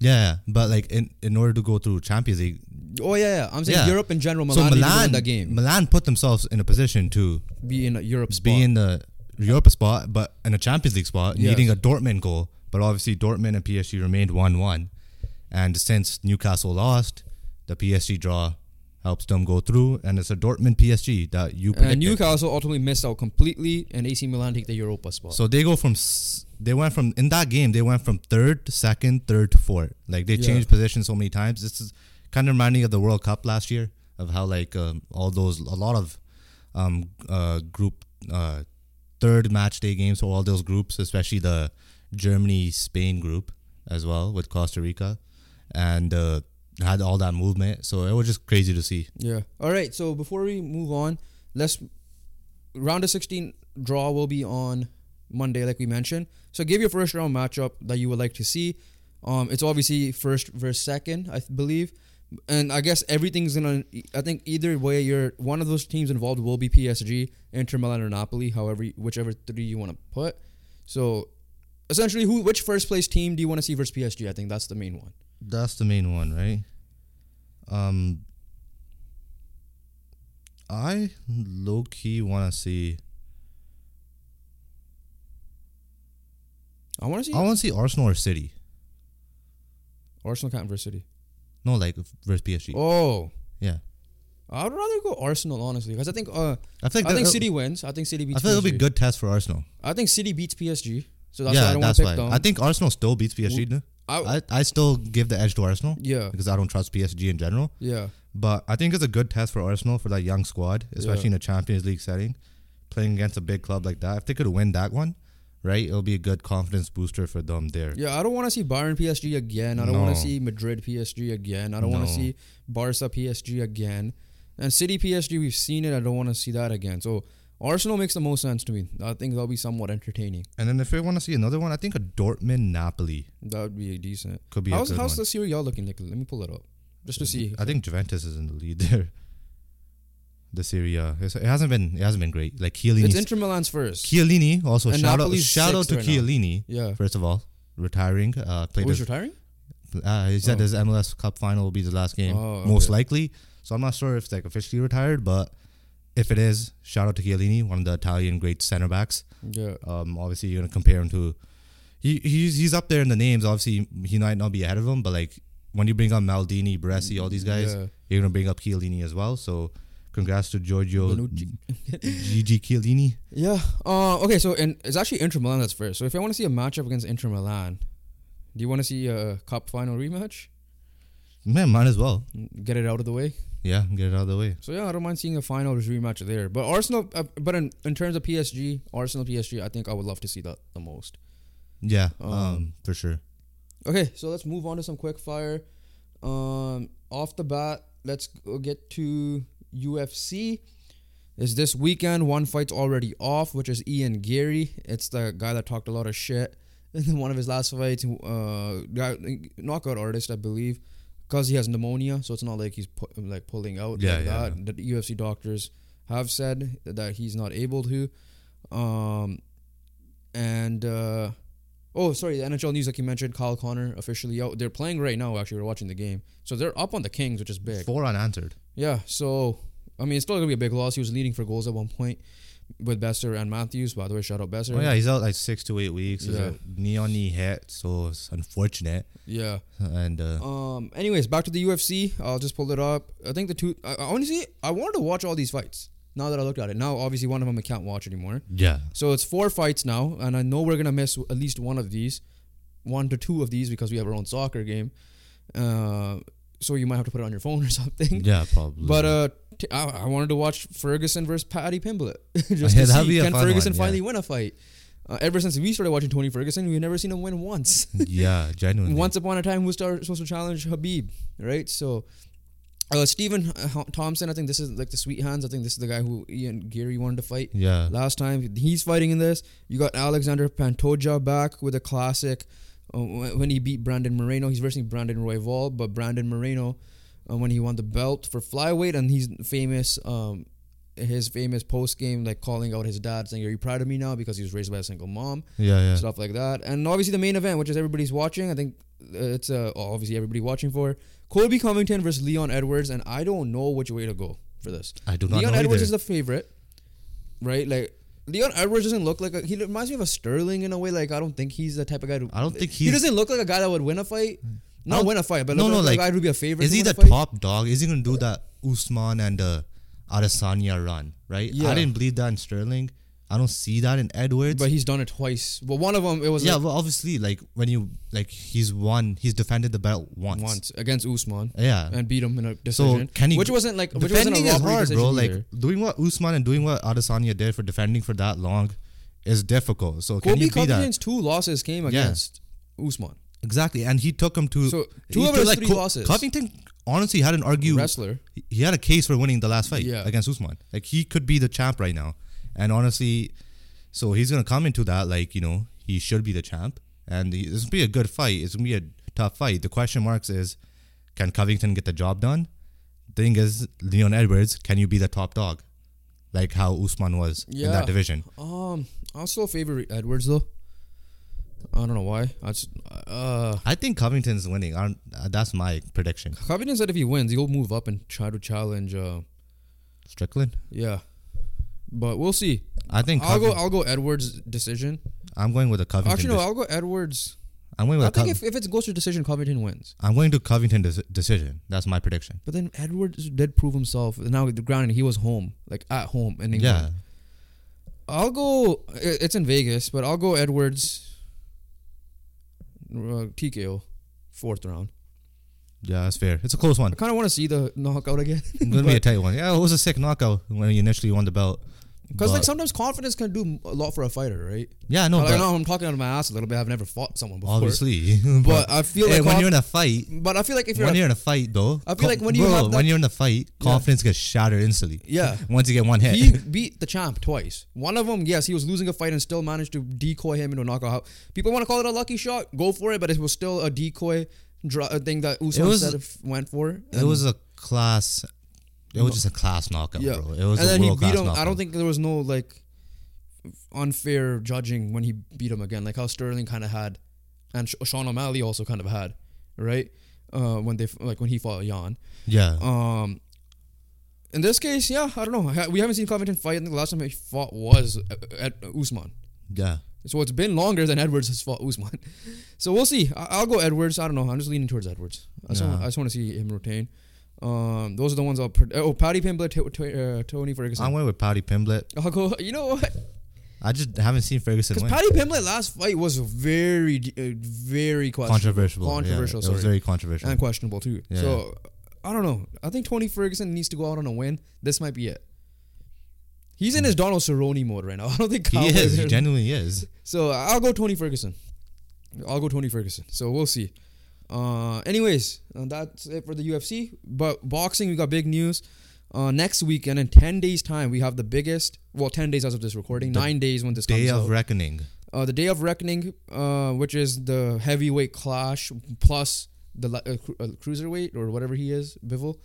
B: yeah, but like in, in order to go through Champions League,
A: Oh yeah, yeah. I'm saying
B: Yeah.
A: Europe in general. Milan,
B: so
A: needed to
B: Milan
A: win that game,
B: Milan put themselves in a position to
A: be in a Europe spot.
B: be in the Europa spot, but in a Champions League spot,
A: Yes.
B: needing a Dortmund goal. But obviously, Dortmund and PSG remained 1 1. And since Newcastle lost, the PSG draw helps them go through. And it's a Dortmund PSG that you predicted.
A: And Newcastle ultimately missed out completely, and AC Milan take the Europa spot.
B: so they go from, s- they went from, in that game, they went from third to second, third to fourth. Like they
A: Yeah.
B: changed position so many times. This is Kind of reminding of the World Cup last year of how like um, all those a lot of um, uh, group uh, third match day games for all those groups, especially the Germany Spain group as well with Costa Rica, and uh, had all that movement. So it was just crazy to see.
A: Yeah. All right. So before we move on, let's round of 16 draw will be on Monday, like we mentioned. So give your first round matchup that you would like to see. Um, it's obviously first versus second, I th- believe, and I guess everything's gonna. I think either way, you're one of those teams involved will be PSG, Inter Milan, or Napoli, however, whichever three you want to put. So, essentially, who which first place team do you want to see versus PSG? I think that's the main one.
B: That's the main one, right? Um, I low key want to see.
A: I want to see
B: I want to see Arsenal or City.
A: Arsenal can't versus City.
B: No, like versus PSG.
A: Oh,
B: Yeah,
A: I would rather go Arsenal honestly because I think uh,
B: I think
A: I think
B: that-
A: City wins. I think City beats.
B: I feel it'll be
A: PSG.
B: good test for Arsenal.
A: I think City beats PSG, so that's why I
B: yeah,
A: don't want
B: that's
A: to
B: why.
A: pick them.
B: I think Arsenal still beats PSG. no?
A: I,
B: I I still give the edge to Arsenal
A: yeah,
B: because I don't trust PSG in general.
A: yeah,
B: But I think it's a good test for Arsenal for that young squad, especially
A: Yeah.
B: in a Champions League setting, playing against a big club like that. If they could win that one, right, it'll be a good confidence booster for them there.
A: yeah. I don't want to see Bayern PSG again. I don't want
B: No.
A: to see Madrid PSG again. I don't want
B: No.
A: to see Barca PSG again. And City PSG, we've seen it. I don't want to see that again. So Arsenal makes the most sense to me. I think that'll be somewhat entertaining.
B: And then if we want to see another one, I think a Dortmund Napoli
A: That would be decent.
B: could be
A: how's
B: a good
A: how's
B: one.
A: the Serie A looking? Like, let me pull it up just to see.
B: I think Juventus is in the lead there. The Serie A. It's- It hasn't been it hasn't been great. Like
A: it's
B: Chiellini's
A: Inter Milan's first.
B: Chiellini also
A: And
B: shout
A: Napoli's
B: out shout out
A: sixth
B: to
A: right now.
B: Chiellini
A: yeah,
B: first of all retiring uh played
A: who's
B: his,
A: retiring?
B: uh, he said
A: Oh.
B: his MLS Cup final will be the last game
A: Oh,
B: most
A: okay.
B: likely so I'm not sure if it's like officially retired but if it is shout out to Chiellini one of the Italian great center backs
A: Yeah,
B: um obviously you're gonna compare him to he he's, he's up there in the names obviously he might not be ahead of him but like when you bring up Maldini Baresi all these guys
A: Yeah.
B: you're gonna bring up Chiellini as well so congrats to Giorgio
A: Bonucci.
B: Gigi Chiellini
A: Yeah. Uh, okay, so in, it's actually Inter Milan that's first. So if I want to see a matchup against Inter Milan, do you want to see a cup final rematch?
B: man might as well
A: Get it out of the way.
B: yeah get it out of the way
A: So yeah, I don't mind seeing a final rematch there. But Arsenal, uh, but in, in terms of PSG, Arsenal PSG, I think I would love to see that the most.
B: Yeah, um,
A: Um,
B: for sure.
A: Okay, so let's move on to some quick fire. Um, off the bat, let's go get to UFC. Is this weekend one fight's already off, which is Ian Gary. It's the guy that talked a lot of shit in one of his last fights. Uh, guy, knockout artist, I believe, because he has pneumonia, so it's not like he's pu- like pulling out.
B: Yeah,
A: like
B: yeah,
A: that. The UFC doctors have said that he's not able to. Um, and uh, oh, sorry, the NHL news like you mentioned, Kyle Connor officially out. They're playing right now. Actually, we're watching the game, so they're up on the Kings, which is big.
B: Four unanswered.
A: Yeah, so I mean, it's still gonna be a big loss. He was leading for goals at one point with Besser and Matthews. By the way, shout out Besser.
B: Oh yeah, he's out like six to eight weeks. It's a
A: Yeah.
B: knee on knee hit, so it's unfortunate.
A: yeah.
B: And uh,
A: Um. Anyways, back to the UFC. I'll just pull it up. I think the two. I, I honestly, I wanted to watch all these fights. Now that I looked at it, now obviously one of them I can't watch anymore.
B: yeah,
A: So it's four fights now, and I know we're gonna miss at least one of these, one to two of these because we have our own soccer game. Uh, so you might have to put it on your phone or something.
B: yeah, probably.
A: But uh, t- I, I wanted to watch Ferguson versus Paddy Pimblett just
B: Yeah,
A: to
B: that'd be
A: see
B: a
A: can
B: fun
A: Ferguson
B: one, yeah.
A: finally win a fight. Uh, ever since we started watching Tony Ferguson, we've never seen him win once.
B: yeah, genuinely.
A: Once upon a time, who was star- supposed to challenge Habib, right? So, uh, Stephen uh, Thompson, I think this is like the sweet hands. I think this is the guy who Ian Geary wanted to fight
B: yeah,
A: last time. He's fighting in this. You got Alexander Pantoja back with a classic uh, wh- when he beat Brandon Moreno. He's versing Brandon Royval, but Brandon Moreno uh, when he won the belt for flyweight, and he's famous. Um, his famous post game, like calling out his dad, saying, "Are you proud of me now?" Because he was raised by a single mom
B: yeah, yeah.
A: stuff like that. And obviously the main event, which is everybody's watching. I think uh, it's uh, obviously everybody watching for Colby Covington versus Leon Edwards, and I don't know which way to go for this.
B: I do not
A: Leon
B: know
A: Edwards
B: either.
A: is the favorite, right? Like. Leon Edwards doesn't look like a, he reminds me of a Sterling in a way. Like I don't think he's the type of guy to.
B: I don't think
A: he
B: he's-
A: doesn't look like a guy that would win a fight. Not
B: don't-
A: win a fight, but
B: no,
A: look
B: no,
A: like,
B: like,
A: a guy who would be a favorite.
B: Is
A: to
B: he
A: win a
B: the
A: fight.
B: top dog? Is he gonna do that Usman and uh, Adesanya run? Right?
A: Yeah.
B: I didn't believe that in Sterling. I don't see that in Edwards.
A: But he's done it twice. Well, one of them it was
B: yeah,
A: like
B: well, obviously, like when you like he's won, he's defended the belt once.
A: once against Usman
B: Yeah.
A: and beat him in a decision.
B: can he-
A: which wasn't like which wasn't a
B: defending is
A: robbery
B: hard,
A: decision
B: bro. Like
A: either.
B: doing what Usman and doing what Adesanya did for defending for that long is difficult. So can
A: Kobe
B: you be that?
A: Covington's two losses came against Usman.
B: Exactly, and he took him to
A: So,
B: he
A: two of
B: took,
A: his three losses.
B: Covington honestly hadn't argued.
A: wrestler.
B: he- He had a case for winning the last fight
A: Yeah.
B: against Usman. Like he could be the champ right now, and honestly, so he's gonna come into that like you know he should be the champ, and he, this will be a good fight. It's gonna be a tough fight. The question marks is, can Covington get the job done? Thing is, Leon Edwards, can you be the top dog, like how Usman was in
A: Yeah.
B: that division?
A: Um, I'll still favor Edwards though. I don't know why. I just, uh,
B: I think Covington's winning. I'm, uh, that's my prediction.
A: Covington said if he wins, he'll move up and try to challenge. Uh,
B: Strickland.
A: yeah, but we'll see.
B: I think
A: I'll go.
B: Coving-
A: I'll go Edwards decision.
B: I'm going with a Covington.
A: Actually, no.
B: dec-
A: I'll go Edwards.
B: I'm going with
A: I
B: a Cov-
A: think if, if it goes to decision, Covington wins.
B: I'm going to Covington dec- decision. That's my prediction.
A: But then Edwards did prove himself. Now, granted, he was home, like at home in England.
B: Yeah.
A: I'll go. i- It's in Vegas, but I'll go Edwards. Uh, TKO, fourth round.
B: Yeah, that's fair. It's a close one.
A: I kind of want to see the knockout again.
B: It's gonna be a tight one. Yeah, it was a sick knockout when he initially won the belt.
A: Because like
B: But-
A: sometimes confidence can do a lot for a fighter, right?
B: yeah, no,
A: Like, I
B: but
A: know I'm talking out of my ass a little bit. I've never fought someone before.
B: obviously.
A: but I feel
B: hey,
A: like
B: when
A: conf-
B: you're in a fight,
A: but I feel like if you're,
B: when
A: a-
B: you're in a fight though,
A: I feel like when you
B: bro,
A: have that-
B: when you're in a fight, confidence gets shattered instantly.
A: Yeah.
B: once you get one hit.
A: he beat the champ twice. One of them, yes, he was losing a fight and still managed to decoy him into a knockout. People want to call it a lucky shot. Go for it, but it was still a decoy dra- a thing that Usman
B: was-
A: said if- went for.
B: it was a class. It was just a class knockout,
A: yeah.
B: bro. It was
A: and
B: a
A: then he
B: world
A: beat
B: class
A: him.
B: knockout.
A: I don't think there was no like unfair judging when he beat him again, like how Sterling kind of had, and Sh- Sean O'Malley also kind of had, right? Uh, when they f- like when he fought Jan.
B: Yeah,
A: Um, in this case, yeah, I don't know. Ha- We haven't seen Covington fight. I think the last time he fought was at Usman.
B: yeah.
A: So it's been longer than Edwards has fought Usman. So we'll see. I- I'll go Edwards. I don't know. I'm just leaning towards Edwards. I just,
B: Yeah.
A: want, I just want to see him retain. Um, those are the ones I'll. Pre- oh, Patty Pimblett, t- t- uh, Tony Ferguson.
B: I went with Patty Pimblett.
A: I'll go. You know what?
B: I just haven't seen Ferguson
A: Because
B: win.
A: Patty Pimblett last fight was very, uh, very questionable,
B: controversial.
A: Controversial,
B: Yeah, it was
A: sorry.
B: very controversial.
A: and questionable too.
B: Yeah.
A: So I don't know. I think Tony Ferguson needs to go out on a win. This might be it. He's in his Donald Cerrone mode right now. I don't think
B: Hmm. he
A: Cowboys
B: is. He
A: are-
B: genuinely is.
A: So I'll go Tony Ferguson. I'll go Tony Ferguson. So we'll see. Uh, anyways, uh, that's it for the UFC. But boxing, we got big news. Uh, next weekend, in 10 days' time, we have the biggest, well, 10 days as of this recording,
B: The
A: nine days when this
B: Day
A: comes
B: of
A: out.
B: reckoning.
A: uh, the Day of Reckoning, uh, which is the heavyweight clash plus the li- uh, cru- uh, cruiserweight or whatever he is, Bivol.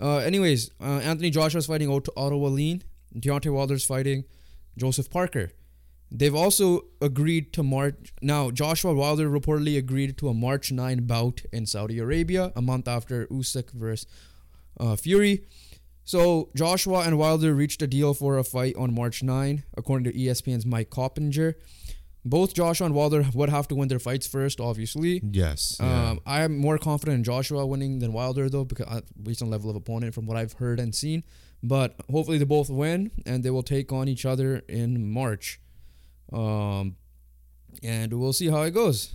A: Uh, anyways, uh, Anthony Joshua's fighting Ot- Otto Wallin. Deontay Wilder's fighting Joseph Parker. They've also agreed to March. Now, Joshua Wilder reportedly agreed to a March 9 bout in Saudi Arabia a month after Usyk versus uh, Fury. So, Joshua and Wilder reached a deal for a fight on March 9, according to E ESPN's Mike Coppinger. Both Joshua and Wilder would have to win their fights first, obviously.
B: Yes. yeah.
A: Um, I am more confident in Joshua winning than Wilder, though, because uh, based on level of opponent from what I've heard and seen. But hopefully they both win and they will take on each other in March. Um, and we'll see how it goes.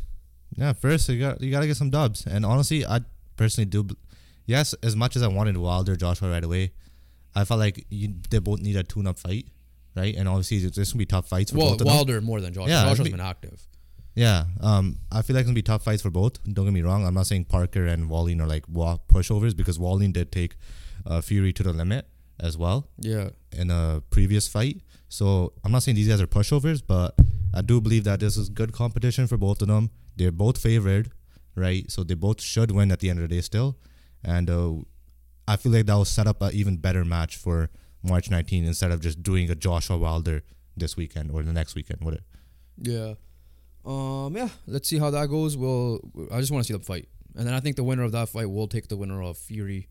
B: Yeah, first you got you gotta get some dubs, and honestly, I personally do. b- Yes, as much as I wanted Wilder Joshua right away, I felt like you, they both need a tune-up fight, right? And obviously, this this will be tough fights for
A: Well,
B: both of them.
A: Wilder more than Joshua.
B: Yeah, I
A: Joshua's
B: mean-
A: been active.
B: Yeah, um, I feel like it's gonna be tough fights for both. Don't get me wrong. I'm not saying Parker and Wallin are like wa- pushovers because Wallin did take uh, Fury to the limit as well
A: Yeah.
B: in a previous fight. So I'm not saying these guys are pushovers, but I do believe that this is good competition for both of them. They're both favored, right? So they both should win at the end of the day still. And uh, I feel like that will set up an even better match for March 19 instead of just doing a Joshua Wilder this weekend or the next weekend. Would it?
A: Yeah. Um, yeah, let's see how that goes. Well, I just want to see the fight. And then I think the winner of that fight will take the winner of Fury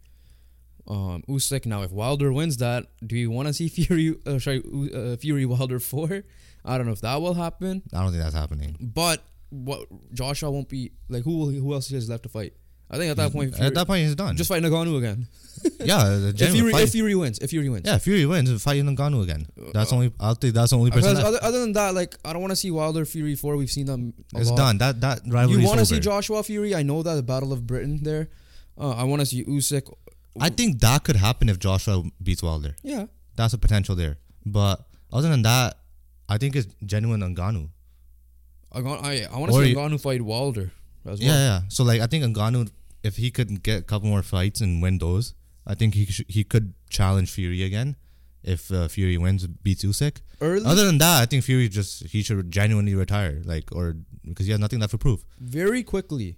A: um, Usyk. Now, if Wilder wins that, do you want to see Fury, uh, sorry, U- uh, Fury Wilder 4? I don't know if that will happen.
B: I don't think that's happening.
A: But what Joshua won't be, like, who will, who else he has left to fight? I think at that point,
B: Mm, At that point, he's done.
A: just fight Nagano again.
B: yeah,
A: If Fury,
B: genuine
A: if
B: fight.
A: Fury wins, if Fury wins.
B: yeah, Fury wins. Fight Ngannou again. That's only. I'll think that's the only person.
A: Because
B: Left.
A: other, other than that, like I don't want to see Wilder Fury four. We've seen them. a
B: It's
A: lot.
B: done. That that rivalry.
A: You
B: want to
A: see Joshua Fury? I know that the Battle of Britain there. Uh, I want to see Usyk.
B: I think that could happen if Joshua beats Wilder.
A: Yeah,
B: That's a potential there. But other than that, I think it's genuine Ngannou.
A: I gon- I, I want to
B: Or
A: see
B: you-
A: Ngannou fight Wilder as well.
B: Yeah, yeah. So like, I think Ngannou, if he could get a couple more fights and win those, I think he sh- he could challenge Fury again. If uh, Fury wins, beats Usyk.
A: Early,
B: Other than that, I think Fury just he should genuinely retire, like or because he has nothing left to prove.
A: very quickly.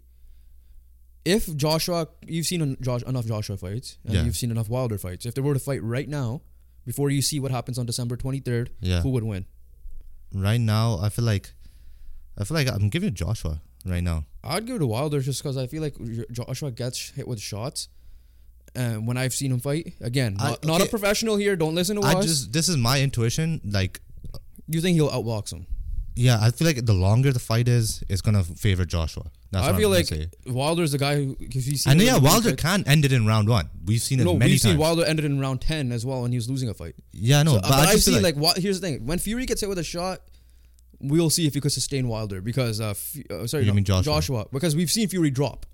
A: If Joshua, you've seen en- Josh, enough Joshua fights, and
B: Yeah.
A: you've seen enough Wilder fights. If they were to fight right now, before you see what happens on December twenty third,
B: Yeah.
A: who would win?
B: Right now, I feel like, I feel like I'm giving it Joshua right now.
A: I'd give it to Wilder just because I feel like Jo- Joshua gets hit with shots. And when I've seen him fight, again,
B: I-
A: not, not a
B: okay.
A: professional here. Don't listen to
B: I
A: us.
B: just this is my intuition. Like,
A: you think he'll outbox him?
B: yeah, I feel like the longer the fight is, it's gonna favor Joshua. That's what
A: I feel
B: I'm
A: like
B: gonna say.
A: Wilder's the guy who because he's seen.
B: And
A: him
B: yeah,
A: win big
B: Wilder
A: fights.
B: can end it in round one. We've seen it
A: No,
B: many
A: we've seen
B: times.
A: Wilder ended in round ten as well, and he was losing a fight.
B: yeah, no,
A: So,
B: but, I
A: I've
B: just feel
A: seen
B: like,
A: like, Wi- here's the thing: when Fury gets hit with a shot, we'll see if he could sustain Wilder because uh, Fu- uh sorry,
B: You
A: no,
B: mean Joshua.
A: because we've seen Fury drop.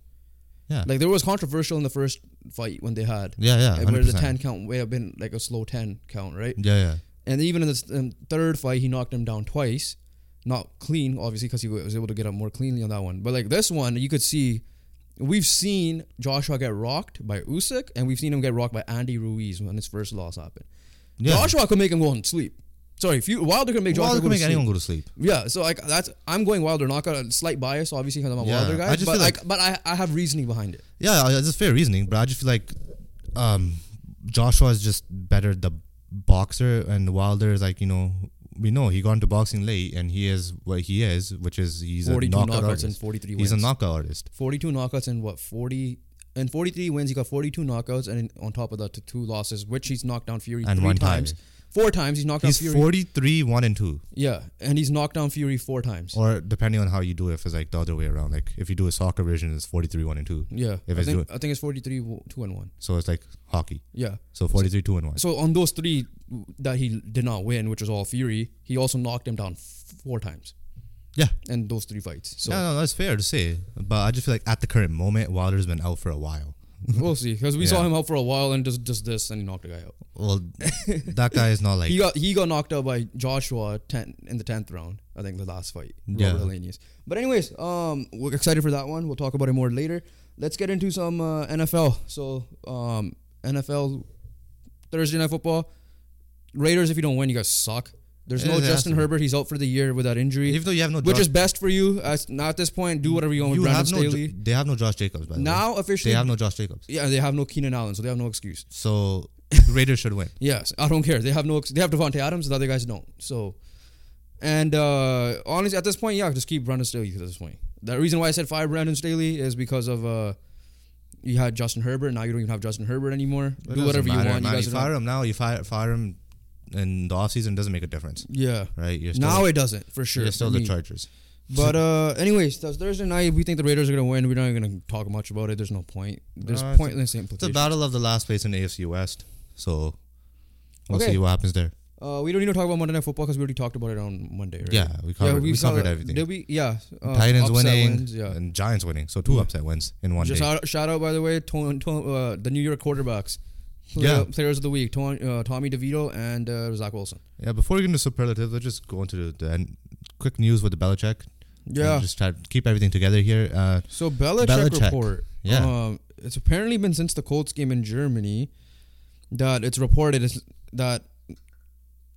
B: yeah,
A: Like there was controversial in the first fight when they had
B: yeah, yeah,
A: uh, where the
B: 100%.
A: ten count may have been like a slow ten count, right?
B: yeah, yeah,
A: And even in the um, third fight, he knocked him down twice. Not clean, obviously, because he was able to get up more cleanly on that one. But like this one, you could see we've seen Joshua get rocked by Usyk, and we've seen him get rocked by Andy Ruiz when his first loss happened.
B: yeah.
A: Joshua could make him go and sleep. Sorry, if you, Wilder could make Joshua
B: Wilder
A: go
B: can make
A: to
B: anyone
A: sleep.
B: go to sleep.
A: Yeah, so like that's I'm going Wilder, not got a slight bias, obviously, because I'm a
B: Yeah,
A: Wilder guy.
B: I just
A: but
B: feel
A: like,
B: like-
A: but I, I have reasoning behind it.
B: Yeah, uh, it's a fair reasoning, but I just feel like um, Joshua is just better the boxer, and Wilder is like you know we know he got into boxing late, and he is what he is, which is he's a
A: 42
B: knockout
A: knockouts
B: artist.
A: and 43
B: he's
A: wins.
B: a knockout artist.
A: 42 knockouts and what 40 and 43 wins he got 42 knockouts and on top of that t- two losses which he's knocked down fury
B: And
A: three
B: one tie.
A: times four times he's knocked
B: He's
A: down fury
B: forty three one and two,
A: yeah and he's knocked down fury four times
B: or depending on how you do it, if it's like the other way around. Like if you do a soccer version, it's forty three one and two.
A: yeah
B: If
A: I, think,
B: it's doing-
A: I think it's 43 w- 2 and 1
B: So it's like hockey.
A: yeah
B: So forty three two and one.
A: so on those three w- that he did not win which was all fury he also knocked him down f- four times
B: Yeah.
A: in those three fights so
B: no, no, that's fair to say, but I just feel like at the current moment, Wilder's been out for a while.
A: we'll see because we saw
B: Yeah.
A: him out for a while and just just this and he knocked the guy out
B: Well, that guy is not like
A: he got he got knocked out by Joshua ten, in the tenth round. I think the last fight.
B: Yeah.
A: Robert Helenius. But anyways, um, we're excited for that one. We'll talk about it more later. Let's get into some uh, NFL. So um, NFL Thursday night football. Raiders, if you don't win, you guys suck. There's no
B: Yeah, that's
A: Justin
B: right.
A: Herbert. He's out for the year with that injury,
B: Even though you have no
A: which
B: Josh-
A: is best for you. At, now at this point, do whatever you want with
B: You
A: Brandon
B: have no. Jo-
A: Staley.
B: They have no Josh Jacobs. By the way.
A: now
B: they
A: officially,
B: have no Josh Jacobs.
A: yeah, they have no Keenan Allen, so they have no excuse.
B: So Raiders should win.
A: Yes, I don't care. They have no. They have Devontae Adams. The other guys don't. So, and uh honestly, at this point, yeah, just keep Brandon Staley at this point. The reason why I said fire Brandon Staley is because of uh you had Justin Herbert. Now you don't even have Justin Herbert anymore.
B: It
A: Do
B: doesn't
A: whatever you
B: matter,
A: want.
B: man.
A: You guys are
B: fire
A: not,
B: him now. You fire fire him in the offseason doesn't make a difference,
A: yeah.
B: right? You're still,
A: Now it doesn't for sure.
B: you're still
A: for
B: the
A: me.
B: Chargers.
A: But uh, anyways, that's Thursday night. We think the Raiders are gonna win. We're not even gonna talk much about it. There's no point. There's
B: No, Uh, it's-
A: pointless
B: It's a
A: implications.
B: battle of the last place in the AFC West. So we'll
A: Okay.
B: see what happens there.
A: Uh, we don't need to talk about Monday Night Football because we already talked about it on Monday, right?
B: Yeah, we covered- we
A: saw
B: covered
A: that.
B: everything.
A: Did we? Yeah. uh,
B: Titans
A: upset
B: winning
A: wins, yeah.
B: and Giants winning. So two
A: Yeah.
B: upset wins in one
A: Just
B: day.
A: out, shout out, by the way, to, to, uh, the New York quarterbacks. Play-
B: Yeah.
A: Players of the week, Tom, uh, Tommy DeVito and uh, Zach Wilson.
B: Yeah, before we get into superlative, let's just go into the, the end. quick news with the Belichick.
A: Yeah.
B: And just try to keep everything together here. Uh,
A: So Belichick,
B: Belichick.
A: report.
B: Yeah.
A: Um, it's apparently been since the Colts game in Germany that it's reported is that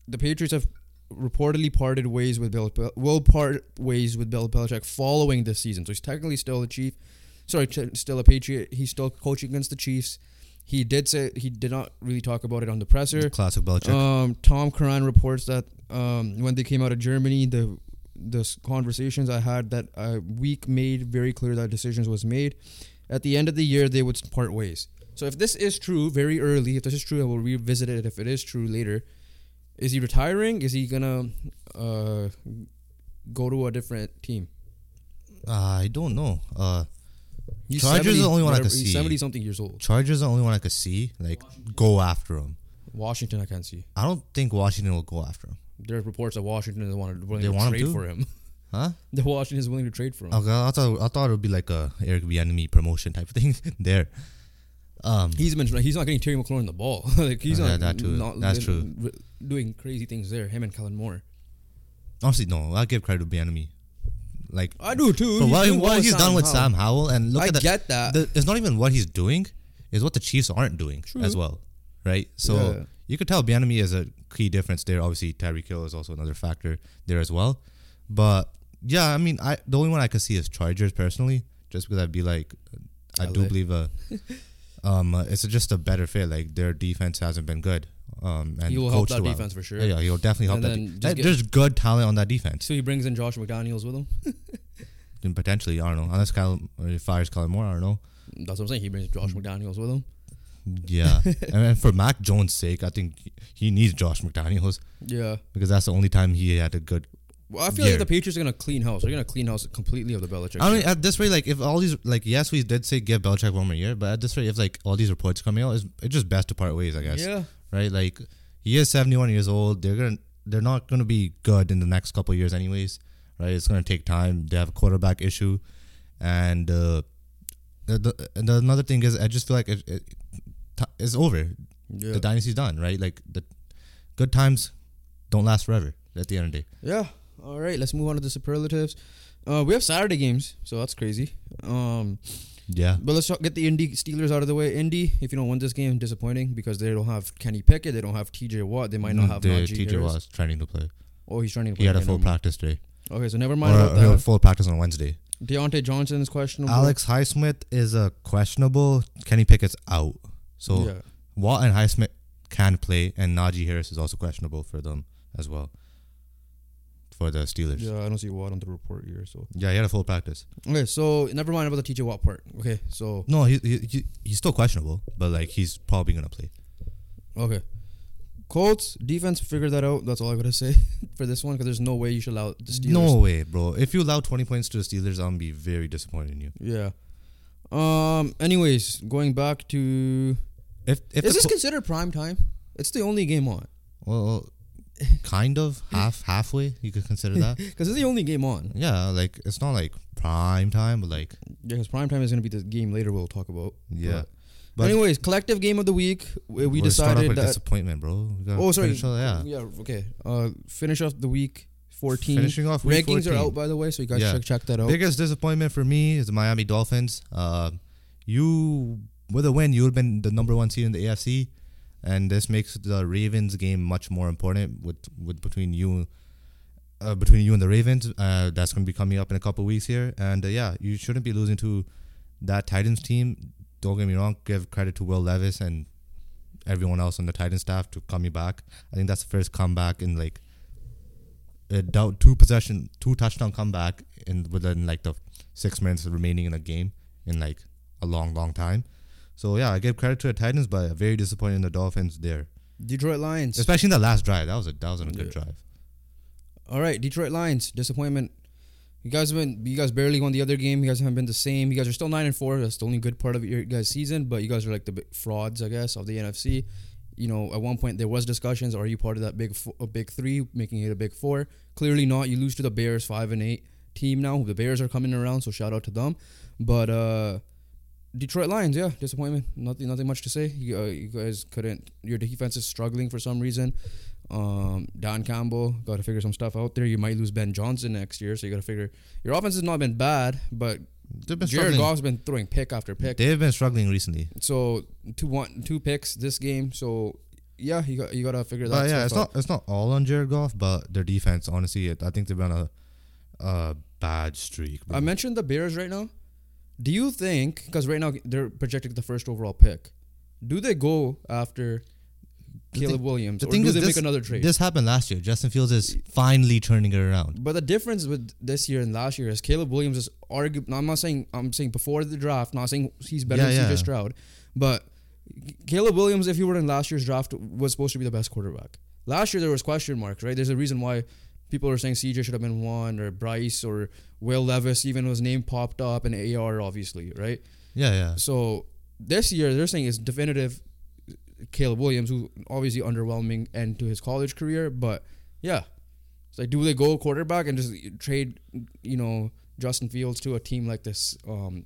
A: the Patriots have reportedly parted ways with Bill. Bel- Will part ways with Bill Belichick following this season. So he's technically still a chief. Sorry, t- still a Patriot. He's still coaching against the Chiefs. He did say he did not really talk about it on the presser.
B: classic Belichick.
A: Um, Tom Curran reports that um, when they came out of Germany, the the s- conversations I had that uh, week made very clear that decisions was made. At the end of the year, they would part ways. So if this is true, very early, if this is true, I will revisit it. If it is true later, is he retiring? Is he gonna uh, go to a different team?
B: Uh, I don't know. Uh,
A: He's
B: Chargers is the only one I
A: whatever-
B: could
A: he's
B: see.
A: Seventy something years old.
B: Chargers are the only one I could see like go after him.
A: Washington, I can't see.
B: I don't think Washington will go after him,
A: There's reports that Washington is wanted willing
B: They
A: to
B: want him
A: trade
B: to?
A: for him.
B: huh?
A: the Washington is willing to trade for him.
B: Okay, I thought I thought it would be like a Eric Bieniemy promotion type of thing there. Um,
A: He's been he's not getting Terry McLaurin the ball. like he's
B: Yeah,
A: not,
B: that too.
A: not
B: That's
A: li-
B: true.
A: r- doing crazy things there. Him and Kellen Moore.
B: honestly, no, I give credit to Bieniemy. Like,
A: I do too.
B: for what,
A: doing well
B: what he's
A: Sam
B: done with
A: Howell.
B: Sam Howell, and look
A: I
B: at the,
A: get that.
B: the- it's not even what he's doing; is what the Chiefs aren't doing
A: True.
B: as well, right? So
A: Yeah.
B: you could tell Bieniemy is a key difference there. Obviously, Tyreek Hill is also another factor there as well. But yeah, I mean, I the only one I could see is Chargers personally, just because I'd be like, I do
A: LA.
B: believe a, um, uh, it's just a better fit. Like their defense hasn't been good, um, and
A: he will help
B: coached
A: that
B: well.
A: defense for sure.
B: Yeah, he'll definitely help
A: And
B: that.
A: then
B: de-
A: just
B: that-
A: get-
B: there's good talent on that defense,
A: So he brings in Josh McDaniels with him.
B: and potentially. I don't know, unless Kyle or fires Kyle Moore. I don't know.
A: That's what I'm saying. He brings
B: Mm.
A: Josh McDaniels with him.
B: Yeah, and then for Mac Jones' sake, I think he- he needs Josh McDaniels
A: Yeah.
B: because that's the only time he had a good.
A: Well, I feel
B: Yeah.
A: like the Patriots are gonna clean house. They're gonna clean house completely of the Belichick.
B: I mean, at this rate, like if all these, like yes, we did say give Belichick one more year, but at this rate, if like all these reports coming out, it's, it's just best to part ways, I guess.
A: yeah.
B: Right? Like he is seventy one years old. They're gonna, they're not gonna be good in the next couple of years, anyways. Right? It's gonna take time. They have a quarterback issue, and uh, the, the, and another thing is, I just feel like it, it, it's over.
A: Yeah.
B: the dynasty's done, right? Like the good times don't last forever. At the end of the day,
A: Yeah. All right. Let's move on to the superlatives. Uh, we have Saturday games, so that's crazy. Um,
B: yeah,
A: but let's talk, get the Indy Steelers out of the way. Indy, if you don't win this game, disappointing because they don't have Kenny Pickett, they don't have T.J. Watt, they might not have
B: the
A: Najee
B: teacher
A: Harris.
B: was training to play.
A: Oh, he's trying to.
B: He had a
A: again,
B: full
A: never mind.
B: practice day,
A: Okay, so never
B: or uh,
A: mind about
B: he had a
A: that.
B: full practice on Wednesday.
A: Deontay Johnson is questionable.
B: Alex Highsmith is a questionable. Kenny Pickett's out, so
A: Yeah.
B: Watt and Highsmith can play, and Najee Harris is also questionable for them as well. For the Steelers, yeah,
A: Yeah, I don't see Watt on the report here. So
B: he had a full practice.
A: okay, so never mind about the T.J. Watt part. Okay, so
B: No, he, he, he he's still questionable, but like he's probably gonna play.
A: Okay. Colts defense figured that out. That's all I gotta say for this one because there's no way you should allow the Steelers.
B: No way, bro. If you allow 20 points to the Steelers, I'm be very disappointed in you.
A: Yeah. Um. Anyways, going back to
B: If if
A: is
B: the
A: this
B: Col-
A: considered prime time? It's the only game on
B: well, kind of half halfway, you could consider that.
A: because it's the only game on.
B: yeah, like it's not like prime time, but like
A: Yeah, because prime time is gonna be the game later. We'll talk about.
B: yeah.
A: But-
B: But
A: Anyways, collective game of the week. We, we
B: we're starting off
A: decided
B: with
A: that.
B: disappointment, bro. We gotta
A: Oh, sorry.
B: finish all- yeah.
A: Yeah. Okay. Uh, finish off the week. Fourteen.
B: Finishing off week
A: Rankings
B: 14.
A: are out by the way, so you guys
B: Yeah.
A: check check that out.
B: Biggest disappointment for me is the Miami Dolphins. Uh, you with a win, you would have been the number one seed in the AFC, and this makes the Ravens game much more important with with between you. Uh, between you and the Ravens, uh, that's going to be coming up in a couple weeks here, and uh, yeah, you shouldn't be losing to that Titans team. Don't get me wrong. Give credit to Will Levis and everyone else on the Titans staff to coming back. I think that's the first comeback in like a down uh, two possession, two touchdown comeback in within like the six minutes remaining in a game in like a long, long time. So yeah, I give credit to the Titans, but very disappointed in the Dolphins there,
A: Detroit Lions.
B: especially in the last drive. That was a that was a good
A: Yeah.
B: drive.
A: All right, Detroit Lions, disappointment. You guys have been, you guys barely won the other game. You guys haven't been the same. You guys are still nine and four. That's the only good part of your guys' season. But you guys are like the big frauds, I guess, of the NFC. You know, at one point there was discussions: Are you part of that big, fo- uh, big three, making it a big four? Clearly not. You lose to the Bears, five and eight team now. The Bears are coming around, so shout out to them. But uh Detroit Lions, yeah, disappointment. Nothing, nothing much to say. You, uh, you guys couldn't. Your defense is struggling for some reason. Um, Don Campbell got to figure some stuff out there. You might lose Ben Johnson next year, so you got to figure. Your offense has not been bad, but
B: They've been
A: Jared
B: struggling.
A: Goff's been throwing pick after pick.
B: They've been struggling recently,
A: So two one two picks this game. So yeah, you got you got to figure that.
B: but
A: stuff
B: yeah, it's
A: out.
B: not it's not all on Jared Goff, but their defense. Honestly, it, I think they've been on a, a bad streak. bro.
A: I mentioned the Bears right now. Do you think because right now they're projected the first overall pick? Do they go after
B: The
A: Caleb
B: thing-
A: Williams,
B: the
A: or
B: thing
A: do
B: is
A: they
B: this-
A: make another trade?
B: This happened last year. Justin Fields is finally turning it around.
A: But the difference with this year and last year is Caleb Williams is arguably. I'm not saying I'm saying before the draft. Not saying he's better
B: Yeah,
A: than
B: yeah.
A: CJ Stroud, but Caleb Williams, if he were in last year's draft, was supposed to be the best quarterback. Last year there was question marks, right? There's a reason why people are saying CJ should have been one or Bryce or Will Levis, even his name popped up in AR, obviously, right?
B: Yeah, yeah.
A: So this year they're saying it's definitive Caleb Williams, who obviously underwhelming end to his college career, but yeah. It's like do they go quarterback and just trade, you know, Justin Fields to a team like this, um,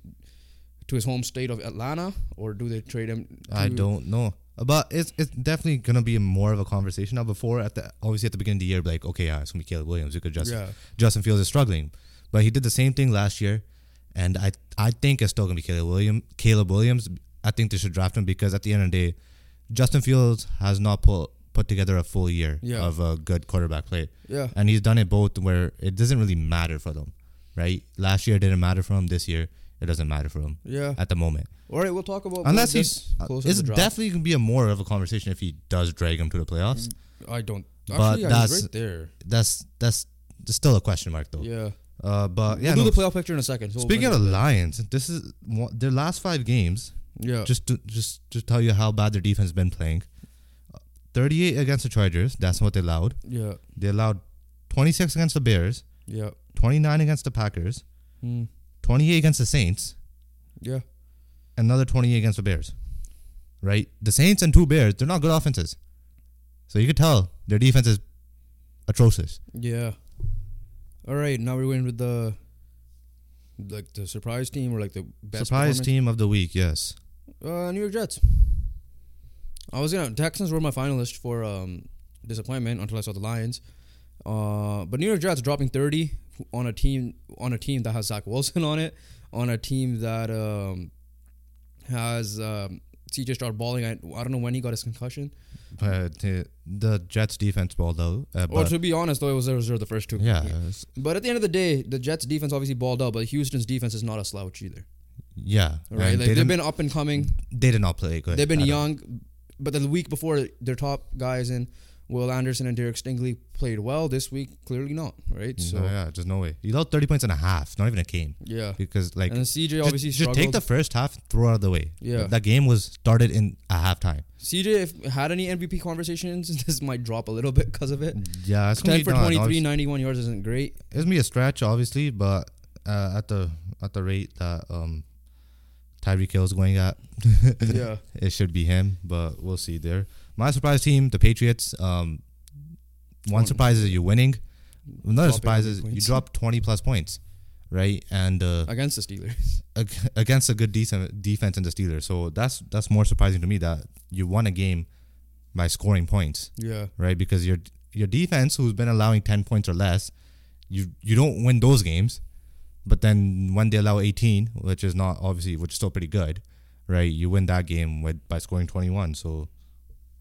A: to his home state of Atlanta, or do they trade him? To,
B: I don't know. But it's it's definitely gonna be more of a conversation now. Before at the obviously at the beginning of the year, like okay, yeah, it's gonna be Caleb Williams because Justin
A: Yeah.
B: Justin Fields is struggling, but he did the same thing last year, and I I think it's still gonna be Caleb Williams. Caleb Williams, I think they should draft him because at the end of the day, Justin Fields has not put put together a full year
A: Yeah.
B: of a good quarterback play,
A: Yeah,
B: and he's done it both where it doesn't really matter for them, right? Last year it didn't matter for him. This year it doesn't matter for him
A: yeah.
B: at the moment.
A: All right, we'll talk about
B: Unless
A: this
B: he's, uh,
A: closer to
B: it's
A: the draft.
B: definitely gonna be a more of a conversation if he does drag him to the playoffs.
A: I don't.
B: But
A: Actually, yeah, he's
B: that's-
A: right there.
B: That's that's still a question mark though.
A: Yeah.
B: Uh, but yeah,
A: we'll
B: no,
A: do the playoff picture in a second. So we'll
B: Speaking
A: bring
B: of the
A: it up.
B: Lions, this is one, their last five games.
A: yeah,
B: Just to just to tell you how bad their defense has been playing. Uh, Thirty-eight against the Chargers. That's what they allowed.
A: yeah,
B: They allowed twenty-six against the Bears,
A: yeah,
B: twenty-nine against the Packers,
A: mm,
B: twenty-eight against the Saints,
A: yeah,
B: another twenty-eight against the Bears. Right, the Saints and two Bears. They're not good offenses, so you could tell their defense is atrocious.
A: yeah. All right, now we're going with the like the surprise team or like the best
B: Surprise
A: performance.
B: team of the week, yes.
A: Uh, New York Jets. I was gonna Texans were my finalist for um, disappointment until I saw the Lions. Uh, but New York Jets dropping thirty on a team on a team that has Zach Wilson on it, on a team that um, has um, CJ Stroud balling. I, I don't know when he got his concussion.
B: But the, the Jets defense balled out. Uh,
A: Or
B: but
A: to be honest, though, it was 0 the first two.
B: yeah, it's-
A: But at the end of the day, the Jets defense obviously balled out, but Houston's defense is not a slouch either.
B: yeah.
A: Right?
B: And
A: like
B: they
A: they've
B: didn't-
A: been up and coming.
B: They did not play good.
A: They've been
B: at all.
A: young, but the week before, their top guys in Will Anderson and Derek Stingley played well. This week, clearly not, right? So,
B: no,
A: yeah.
B: yeah, there's no way. You lost thirty points and a half, not even a game, because like
A: and then CJ
B: just,
A: obviously
B: just
A: struggled.
B: take the first half, throw it out of the way.
A: Yeah.
B: that game was started in a halftime.
A: CJ if, had any MVP conversations. This might drop a little bit because of it.
B: Yeah, it's gonna
A: 10
B: be
A: for
B: done,
A: 23,
B: obviously.
A: 91 yards isn't great.
B: It's gonna be a stretch, obviously, but uh, at the at the rate that um Tyreek Hill's going at,
A: yeah.
B: it should be him. But we'll see there. My surprise team, the Patriots. Um, one
A: One.
B: surprise is you winning. Another
A: Dropping
B: surprise is you
A: points.
B: dropped twenty plus points, right? And uh,
A: Against the Steelers.
B: ag- against a good decent defense in the Steelers. So that's that's more surprising to me that you won a game by scoring points,
A: Yeah.
B: right? Because your your defense, who's been allowing ten points or less, you you don't win those games, but then when they allow eighteen, which is not obviously, which is still pretty good, right? You win that game with by scoring twenty one. So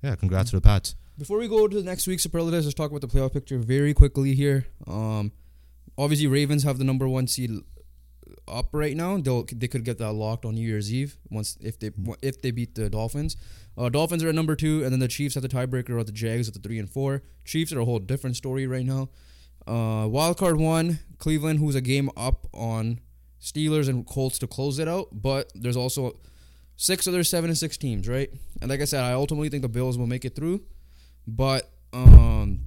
B: yeah, congrats to the Pats.
A: Before we go to the next week's superlatives, let's talk about the playoff picture very quickly here. Um, obviously, Ravens have the number one seed up right now. They'll they could get that locked on New Year's Eve once if they if they beat the Dolphins. Uh, Dolphins are at number two, and then the Chiefs have the tiebreaker or the Jags at the three and four. Chiefs are a whole different story right now. Uh, wild card one, Cleveland, who's a game up on Steelers and Colts to close it out, but there's also six other seven and six teams, right? And like I said, I ultimately think the Bills will make it through. But um,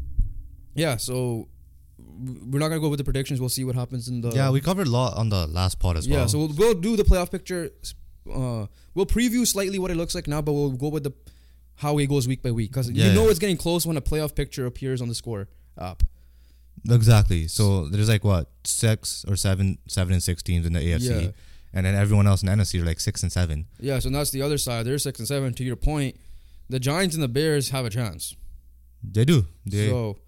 A: yeah, so we're not gonna go with the predictions. We'll see what happens in the
B: yeah, we covered a lot on the last pod as
A: Uh, yeah.
B: well.
A: So we'll, we'll do the playoff picture. Uh, we'll preview slightly what it looks like now, but we'll go with the how it goes week by week because
B: Yeah,
A: you know
B: yeah.
A: it's getting close when a playoff picture appears on the score app.
B: Exactly. So there's like what six or seven, seven and six teams in the AFC,
A: Yeah.
B: and then everyone else in the NFC are like six and seven.
A: Yeah, so that's the other side. They're six and seven. To your point, the Giants and the Bears have a chance.
B: They do. They
A: So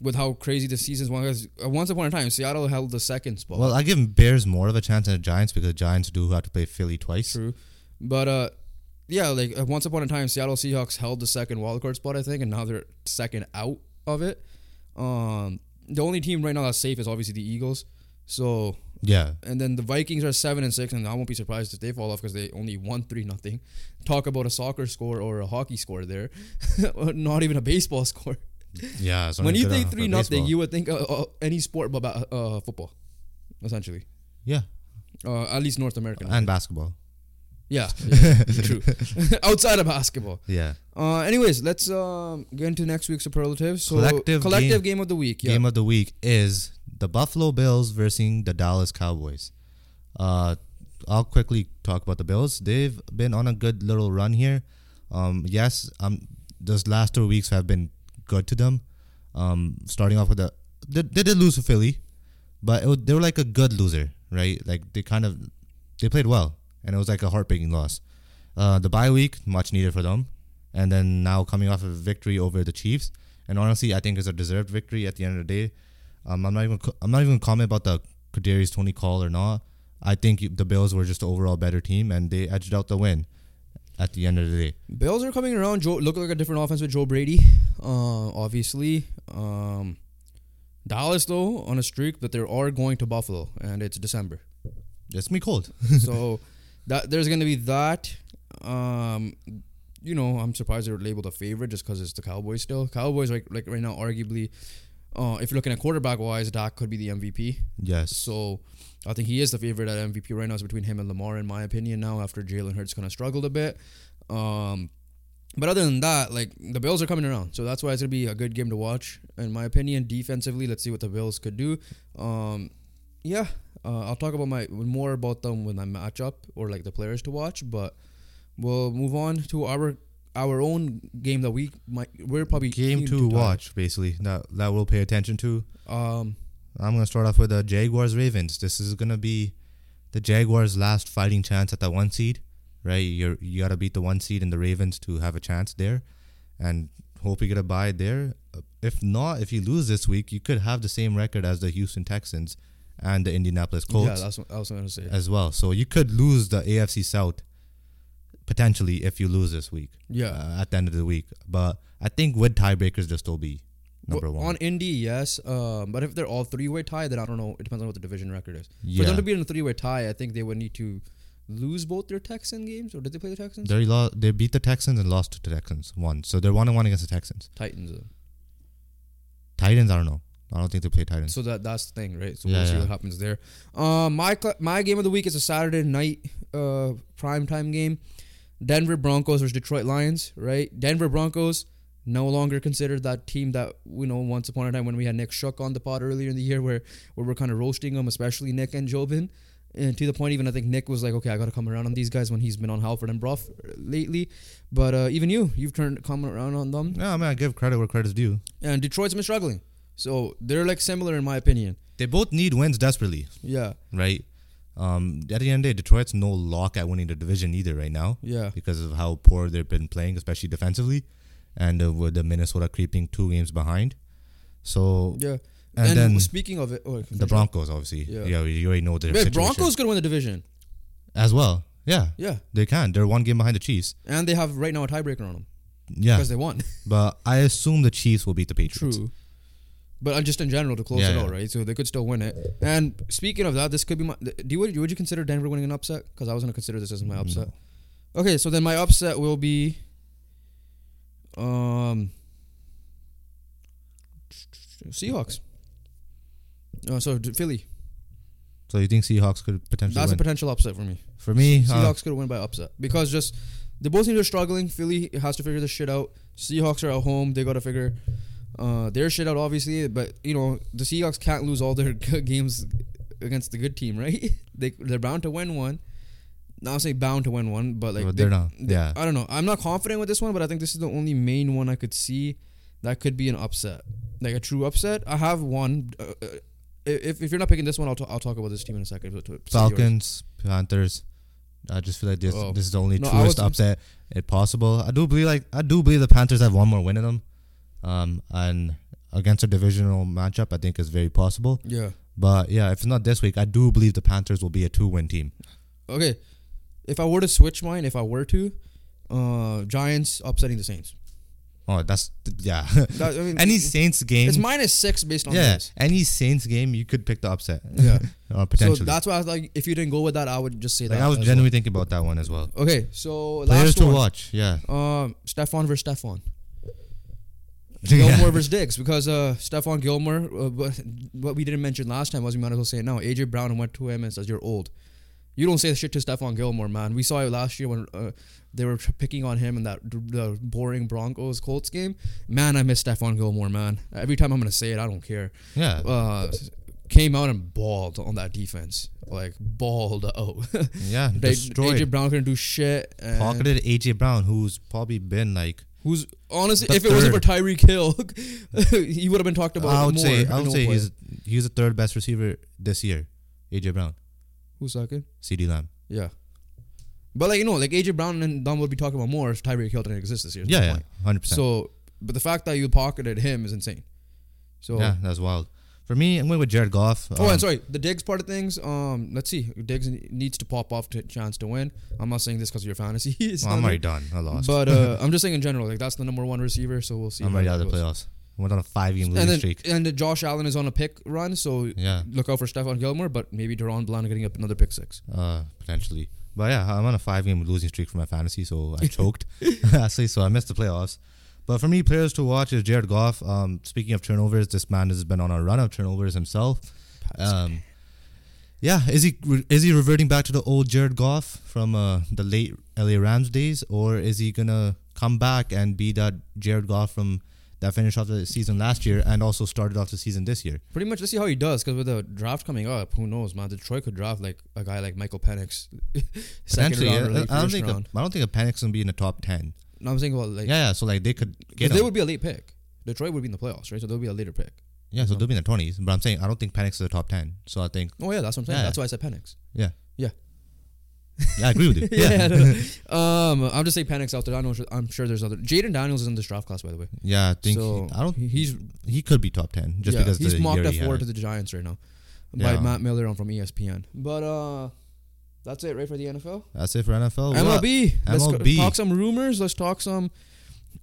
A: with how crazy the season's went, 'cause, uh, once upon a time Seattle held the second spot.
B: well, I give Bears more of a chance than the Giants because the Giants do have to play Philly twice.
A: True, but uh, yeah, like uh, once upon a time, Seattle Seahawks held the second wild card spot, I think, and now they're second out of it. Um, the only team right now that's safe is obviously the Eagles. So,
B: Yeah,
A: and then the Vikings are seven and six, and I won't be surprised if they fall off because they only won three nothing. Talk about a soccer score or a hockey score there, not even a baseball score.
B: yeah. it's
A: when
B: only
A: you
B: good
A: think
B: enough for
A: three nothing,
B: baseball.
A: you would think uh, uh, any sport but about uh, football, essentially,
B: yeah,
A: uh, at least North American.
B: and basketball.
A: Yeah, yeah, true. Outside of basketball.
B: Yeah.
A: Uh, anyways, let's um, get into next week's superlatives. So
B: Collective
A: collective
B: game-
A: game, of the week. Yeah.
B: Game of the week is the Buffalo Bills versus the Dallas Cowboys. Uh, I'll quickly talk about the Bills. They've been on a good little run here. Um, yes, um, those last two weeks have been good to them. Um, starting off with the they, they did lose to Philly, but it was, they were like a good loser, right? Like they kind of they played well, and it was like a heartbreaking loss. Uh, the bye week much needed for them, and then now coming off of a victory over the Chiefs, and honestly, I think it's a deserved victory at the end of the day. Um, I'm not even co- I'm not even gonna comment about the Kadarius Tony call or not. I think you- the Bills were just the overall better team, and they edged out the win at the end of the day.
A: Bills are coming around. Joe look like a different offense with Joe Brady, uh, obviously. Um, Dallas though on a streak, but they are going to Buffalo, and it's December,
B: It's me cold.
A: so that there's going to be that. Um, you know, I'm surprised they're labeled a favorite just because it's the Cowboys still. Cowboys like like right now, arguably, uh, if you're looking at quarterback wise, Dak could be the MVP.
B: Yes.
A: So I think he is the favorite at MVP right now. It's between him and Lamar, in my opinion, now after Jalen Hurts kind of struggled a bit. Um, but other than that, like the Bills are coming around. So that's why it's going to be a good game to watch, in my opinion. Defensively, let's see what the Bills could do. Um, yeah, uh, I'll talk about my more about them when I match up or like the players to watch, but we'll move on to our our own game that we might we're probably
B: Game
A: keen
B: to
A: talk-
B: watch, basically that that we'll pay attention to.
A: Um,
B: I'm gonna start off with the Jaguars Ravens. This is gonna be the Jaguars' last fighting chance at the one seed, right? You you gotta beat the one seed and the Ravens to have a chance there, and hope you get a bye there. If not, if you lose this week, you could have the same record as the Houston Texans and the Indianapolis
A: yeah,
B: Colts
A: that's what I was going to say.
B: as well. So you could lose the AFC South potentially if you lose this week.
A: Yeah.
B: uh, at the end of the week, but I think with tiebreakers, they'll still be number
A: Well,
B: one.
A: on Indy, yes. Um, but if they're all three way tie, then I don't know. It depends on what the division record is. For
B: Yeah.
A: them to be in a three way tie, I think they would need to lose both their Texan games. Or did they play the Texans?
B: They lo- they beat the Texans and lost to the Texans one, so they're one and one against the Texans.
A: Titans. uh. Though.
B: Titans, I don't know. I don't think they play Titans.
A: So that that's the thing, right? So
B: Yeah,
A: we'll see
B: yeah.
A: what happens there. Um, my cl- my game of the week is a Saturday night uh prime time game. Denver Broncos versus Detroit Lions, right? Denver Broncos no longer considered that team that you know once upon a time when we had Nick Shuck on the pod earlier in the year where where we're kind of roasting them, especially Nick and Jobin. And to the point, even I think Nick was like, "Okay, I got to come around on these guys when he's been on Halford and Bruff lately." But uh, even you, you've turned come around on them.
B: no, I mean I give credit where credit's due.
A: And Detroit's been struggling, so they're like similar in my opinion.
B: They both need wins desperately,
A: Yeah,
B: right? Um, at the end of the day, Detroit's no lock at winning the division either right now
A: yeah.
B: because of how poor they've been playing, especially defensively, and uh, with the Minnesota creeping two games behind. So
A: Yeah.
B: And
A: And,
B: then
A: speaking of it, oh,
B: the Broncos, obviously,
A: Yeah.
B: yeah, you already know their
A: Wait,
B: situation
A: Broncos could win the division.
B: as well. Yeah,
A: Yeah.
B: they can. They're one game behind the Chiefs.
A: And they have right now a tiebreaker on them
B: Yeah,
A: because they won.
B: but I assume the Chiefs will beat the Patriots.
A: True. But uh, just in general to close
B: Yeah,
A: it
B: yeah.
A: out, right? So they could still win it. And speaking of that, this could be my. Do you would, would you consider Denver winning an upset? Because I was gonna consider this as my upset. Okay, so then my upset will be. Um. Seahawks. No, so d- Philly.
B: So you think Seahawks could potentially
A: That's a
B: win?
A: potential upset for me.
B: For me, uh,
A: Seahawks could win by upset because just the both teams are struggling. Philly has to figure this shit out. Seahawks are at home; they got to figure uh, their shit out, obviously. But you know, the Seahawks can't lose all their good games against the good team, right? they they're bound to win one. Not say bound to win one, but like
B: But
A: they-
B: uh, they're not.
A: they-
B: Yeah.
A: I don't know. I'm not confident with this one, but I think this is the only main one I could see that could be an upset, like a true upset. I have one. Uh, uh, if, if you're not picking this one, I'll, t- I'll talk about this team in a second. But to-
B: Falcons, Panthers. I just feel like this
A: Oh.
B: this is the only
A: No, I
B: truest
A: was-
B: upset it possible. I do believe like I do believe the Panthers have one more win in them, um, and against a divisional matchup, I think is very possible.
A: yeah.
B: But yeah, if it's not this week, I do believe the Panthers will be a two win team.
A: Okay. If I were to switch mine, if I were to, uh, Giants upsetting the Saints.
B: Oh, that's yeah.
A: That- I mean,
B: any Saints game,
A: it's minus six based on
B: yeah,
A: this.
B: any Saints game, you could pick the upset.
A: Yeah.
B: or
A: So
B: potentially.
A: that's why I was like, if you didn't go with that, I would just say
B: like
A: that.
B: I was
A: as
B: genuinely thinking about that one as well.
A: well. Okay, so
B: Players
A: last
B: to
A: one.
B: watch, yeah.
A: Um, Stefan versus Stefan.
B: Yeah.
A: Gilmore versus Diggs because uh, Stephon Gilmore, uh, what, what we didn't mention last time was we might as well say it now. AJ Brown went to him and says, You're old. You don't say shit to Stephon Gilmore, man. We saw it last year when uh, they were tr- picking on him in that d- the boring Broncos Colts game. Man, I miss Stephon Gilmore, man. Every time I'm gonna say it, I don't care.
B: Yeah.
A: Uh, came out and balled on that defense, like balled out.
B: yeah.
A: They-
B: Destroyed.
A: AJ Brown couldn't do shit. and-
B: Pocketed AJ Brown, who's probably been like
A: Who's honestly,
B: The
A: if it wasn't for
B: third.
A: Tyreek Hill, he would have been talked about
B: I would
A: more.
B: say
A: in
B: I would
A: no
B: say
A: way.
B: he's he's the third best receiver this year. AJ Brown,
A: who's second.
B: CD Lamb.
A: Yeah, but like you know, like AJ Brown and Don would be talking about more if Tyreek Hill didn't exist this year. is my
B: Yeah, yeah,
A: point.
B: hundred percent.
A: So, but the fact that you pocketed him is insane. So.
B: Yeah, that's wild. For me, I'm going with Jared Goff.
A: Oh,
B: Um,
A: and sorry, the Diggs part of things. Um, let's see, Diggs needs to pop off to chance to win. I'm not saying this because of your fantasy. It's
B: well, I'm
A: not-
B: already done. I lost.
A: But uh, I'm just saying in general, like that's the number one receiver. So we'll see.
B: I'm
A: how
B: already
A: that
B: out of the
A: goes.
B: playoffs. Went on a five-game
A: And
B: losing
A: then,
B: streak.
A: and then Josh Allen is on a pick run, so
B: Yeah,
A: look out for Stephon Gilmore, but maybe Deron Blount getting up another pick six.
B: uh, potentially. But yeah, I'm on a five-game losing streak for my fantasy, so I choked. Actually, so I missed the playoffs. But for me, players to watch is Jared Goff. Um, speaking of turnovers, this man has been on a run of turnovers himself. Um, yeah, is he is he reverting back to the old Jared Goff from uh, the late LA Rams days, or is he gonna come back and be that Jared Goff from that finished off the season last year and also started off the season this year?
A: Pretty much, let's see how he does. Because with the draft coming up, who knows, man? Detroit could draft like a guy like Michael Penix, second
B: Potentially,
A: round, or
B: I-
A: late
B: I, don't
A: first
B: think a,
A: round.
B: I don't think a Panic's gonna be in the top ten.
A: No, I'm saying about like
B: yeah, yeah, so like they could get
A: 'cause they
B: him.
A: would be a late pick. Detroit would be in the playoffs, right? So they'll be a later pick.
B: yeah, so they'll be in the twenties. But I'm saying I don't think Panic's in the top ten. So I think
A: Oh yeah, that's what I'm saying.
B: Yeah.
A: That's why I said Penix.
B: yeah,
A: Yeah.
B: yeah, I agree with you. Yeah,
A: I
B: yeah,
A: know. um, I'm just saying Penix out there. I know, I'm sure there's other. Jaden Daniels is in this draft class, by the way.
B: I think
A: So,
B: I don't.
A: he's-
B: He's he could be top ten just
A: yeah,
B: because
A: he's
B: the
A: mocked
B: year
A: at
B: he
A: four
B: had.
A: to the Giants right now by
B: Yeah.
A: Matt Miller on from E ESPN. But uh, that's it, right, for the NFL.
B: That's it for NFL. Well,
A: MLB. Let's go-
B: MLB.
A: talk some rumors. Let's talk some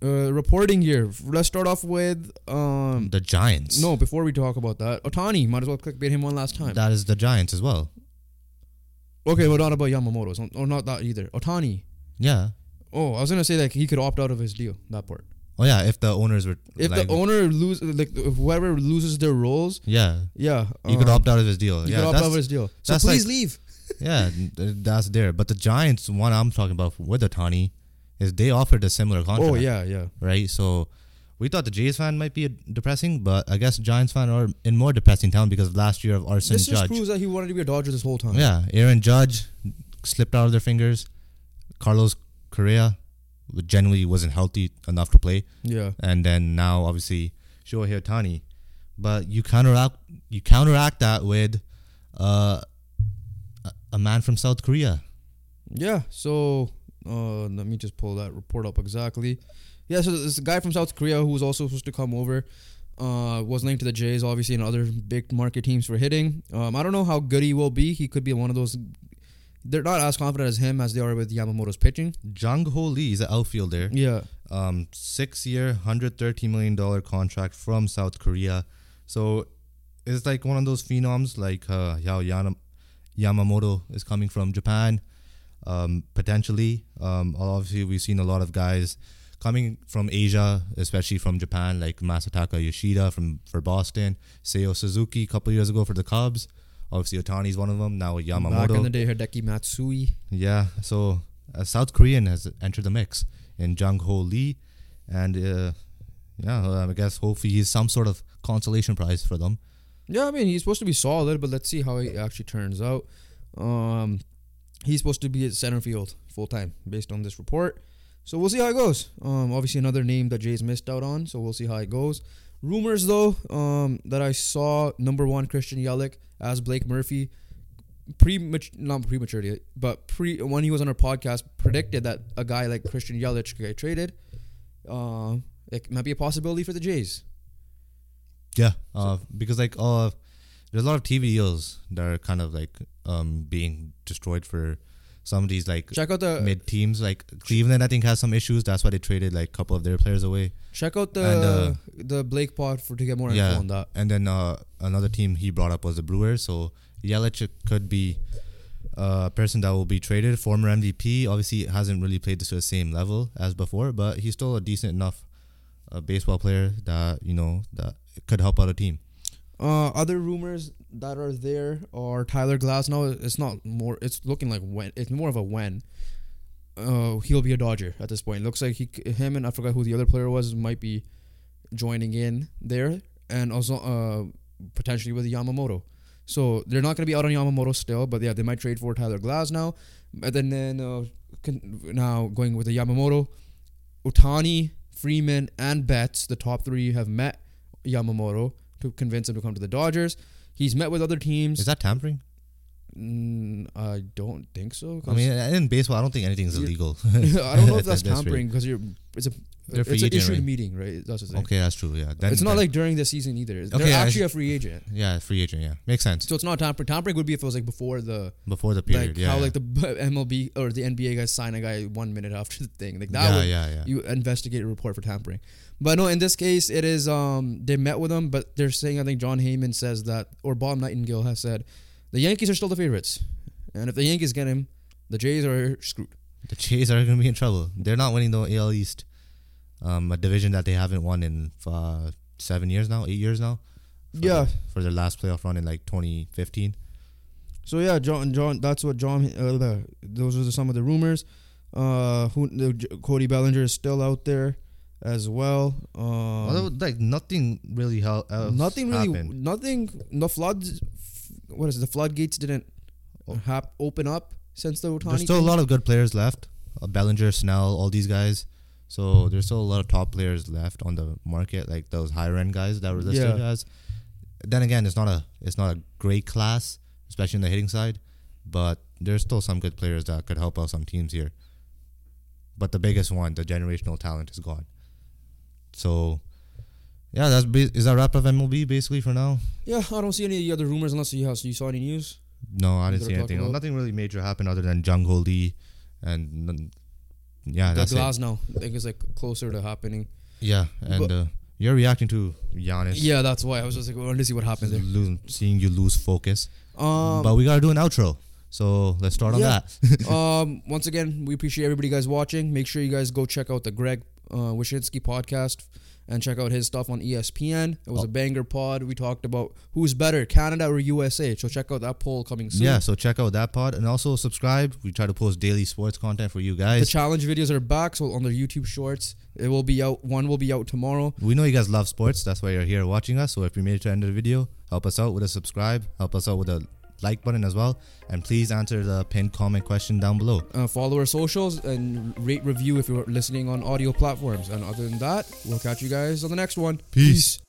A: uh, reporting here. Let's start off with um.
B: The Giants.
A: No, before we talk about that, Otani might as well clickbait him one last time.
B: that is the Giants as well.
A: okay, well, not about Yamamoto, so, or not that either. Otani.
B: Yeah.
A: Oh, I was gonna say like he could opt out of his deal. That part.
B: Oh yeah, if the owners were
A: If
B: like,
A: the owner loses, like whoever loses their roles,
B: yeah,
A: yeah,
B: you could
A: um,
B: opt out of his deal.
A: You
B: yeah,
A: could opt
B: that's,
A: out of his deal. So
B: that's
A: please
B: like-
A: leave.
B: yeah, th- that's there. But the Giants, one I'm talking about with Otani, is they offered a similar contract.
A: Oh yeah, yeah.
B: right? So we thought the Jays fan might be depressing, but I guess Giants fan are in more depressing town because of last year of Arson
A: This just
B: Judge.
A: proves that he wanted to be a Dodger this whole time.
B: Yeah, Aaron Judge slipped out of their fingers. Carlos Correa generally wasn't healthy enough to play,
A: yeah.
B: and then now obviously Shohei Otani. But you counteract you counteract that with uh, a- a man from South Korea.
A: Yeah. So uh, let me just pull that report up exactly. Yeah. So this guy from South Korea who was also supposed to come over uh, was linked to the Jays, obviously, and other big market teams for hitting. Um, I don't know how good he will be. He could be one of those. They're not as confident as him as they are with Yamamoto's pitching.
B: Jung Ho Lee is an outfielder.
A: Yeah.
B: um, six year, hundred thirty million dollar contract from South Korea. So it's like one of those phenoms like uh, Yao Yana- Yamamoto is coming from Japan. Um, potentially, um, obviously we've seen a lot of guys coming from Asia, especially from Japan, like Masataka Yoshida from for Boston, Seiyo Suzuki a couple years ago for the Cubs. Obviously, Otani's one of them. Now Yamamoto.
A: Back in the day, Hideki Matsui.
B: Yeah, so a South Korean has entered the mix in Jung Ho Lee, and uh, yeah, well, I guess hopefully he's some sort of consolation prize for them.
A: Yeah, I mean he's supposed to be solid, but let's see how he actually turns out. Um, he's supposed to be at center field full time based on this report, so we'll see how it goes. Um, obviously another name that Jays missed out on, so we'll see how it goes. Rumors though, um, that I saw number one Christian Yelich as Blake Murphy, premature not prematurely, but pre when he was on our podcast predicted that a guy like Christian Yelich could get traded. Um, it might be a possibility for the Jays.
B: Yeah, uh, because like uh, there's a lot of TV deals that are kind of like um being destroyed for some of these like
A: Check out the
B: mid teams. Like Cleveland, I think has some issues. That's why they traded like a couple of their players away.
A: Check out the
B: And, uh,
A: the Blake pod for to get more
B: Yeah.
A: info on that.
B: And then uh, another team he brought up was the Brewers. So Yelich could be a person that will be traded. Former MVP, obviously hasn't really played to the same level as before, but he's still a decent enough uh, baseball player that you know that could help out a team.
A: Uh, other rumors that are there are Tyler Glasnow. It's not more. It's looking like when. It's more of a when. Uh, he'll be a Dodger at this point. Looks like he, c- him, and I forgot who the other player was. Might be joining in there, and also uh, potentially with Yamamoto. So they're not going to be out on Yamamoto still, but yeah, they might trade for Tyler Glasnow. And then then uh, con- now going with the Yamamoto, Otani, Freeman, and Betts, the top three have met Yamamoto to convince him to come to the Dodgers. He's met with other teams.
B: Is that tampering?
A: Mm, I don't think so. 'cause-
B: I mean, in baseball, I don't think anything's
A: You-
B: illegal.
A: I don't know if
B: at
A: that's
B: this rate.
A: tampering because you're it's a
B: They're free
A: it's an
B: agent,
A: issued
B: right?
A: meeting, right? That's the thing.
B: Okay, that's true. Yeah, Then-
A: it's not
B: then-
A: like during the season either. They're
B: Okay, I
A: actually a free agent,
B: yeah, free agent. Yeah, makes sense.
A: so it's not tampering. Tampering would be if it was like before the
B: Before the period,
A: like
B: yeah,
A: how
B: yeah.
A: like the MLB or the NBA guys sign a guy one minute after the thing. Like that
B: yeah,
A: would
B: yeah, yeah.
A: you investigate a report for tampering. But no, in this case, it is um they met with him, but they're saying I think John Heyman says that or Bob Nightingale has said the Yankees are still the favorites, and if the Yankees get him, the Jays are screwed.
B: the Jays are going to be in trouble. They're not winning the AL East, um, a division that they haven't won in uh, seven years now, eight years now. for the-
A: Yeah.
B: for their last playoff run in like 2015.
A: So yeah, John, John, that's what John. Uh, the- those are some of the rumors. Uh, who the, J- Cody Bellinger is still out there as well. Um,
B: Although like nothing really hel- else
A: nothing really,
B: happened.
A: nothing. The floods, what is it, the floodgates didn't hap, open up since the Otani.
B: Oh. There's still a lot of good players left. Uh, Bellinger, Snell, all these guys. So there's still a lot of top players left on the market, like those higher end guys that were listed
A: Yeah.
B: as. Then again, it's not a it's not a great class, especially in the hitting side, but there's still some good players that could help out some teams here. But the biggest one, the generational talent, is gone. So, yeah, that's ba- is that wrap up MLB basically for now.
A: Yeah, I don't see any other rumors unless you have, you saw any news.
B: No, I didn't
A: They're
B: see
A: talking
B: anything.
A: about-
B: nothing really major happened other than Jungle Lee, and n- yeah,
A: the
B: that's it.
A: Glasnow, I think is like closer to happening.
B: Yeah, and
A: But-
B: uh, you're reacting to Giannis.
A: Yeah, that's why I was just like, well, let's see what happens there.
B: Lo- seeing you lose focus,
A: Um,
B: but we gotta do an outro. So let's start on
A: Yeah.
B: that.
A: um, once again, we appreciate everybody guys watching. Make sure you guys go check out the Greg uh, Wyszynski podcast and check out his stuff on E ESPN. It was a banger pod. We talked about who's better, Canada or USA. So check out that poll coming soon.
B: yeah, so check out that pod and also subscribe. We try to post daily sports content for you
A: The
B: guys.
A: challenge videos are back, so on their YouTube Shorts, it will be out. One will be out tomorrow.
B: we know you guys love sports. That's why you're here watching us. So if you made it to the end of the video, help us out with a subscribe. Help us out with a like button as well. And please answer the pinned comment question down below.
A: Uh, follow our socials and rate review if you're listening on audio platforms. And other than that, we'll catch you guys on the next one.
B: Peace.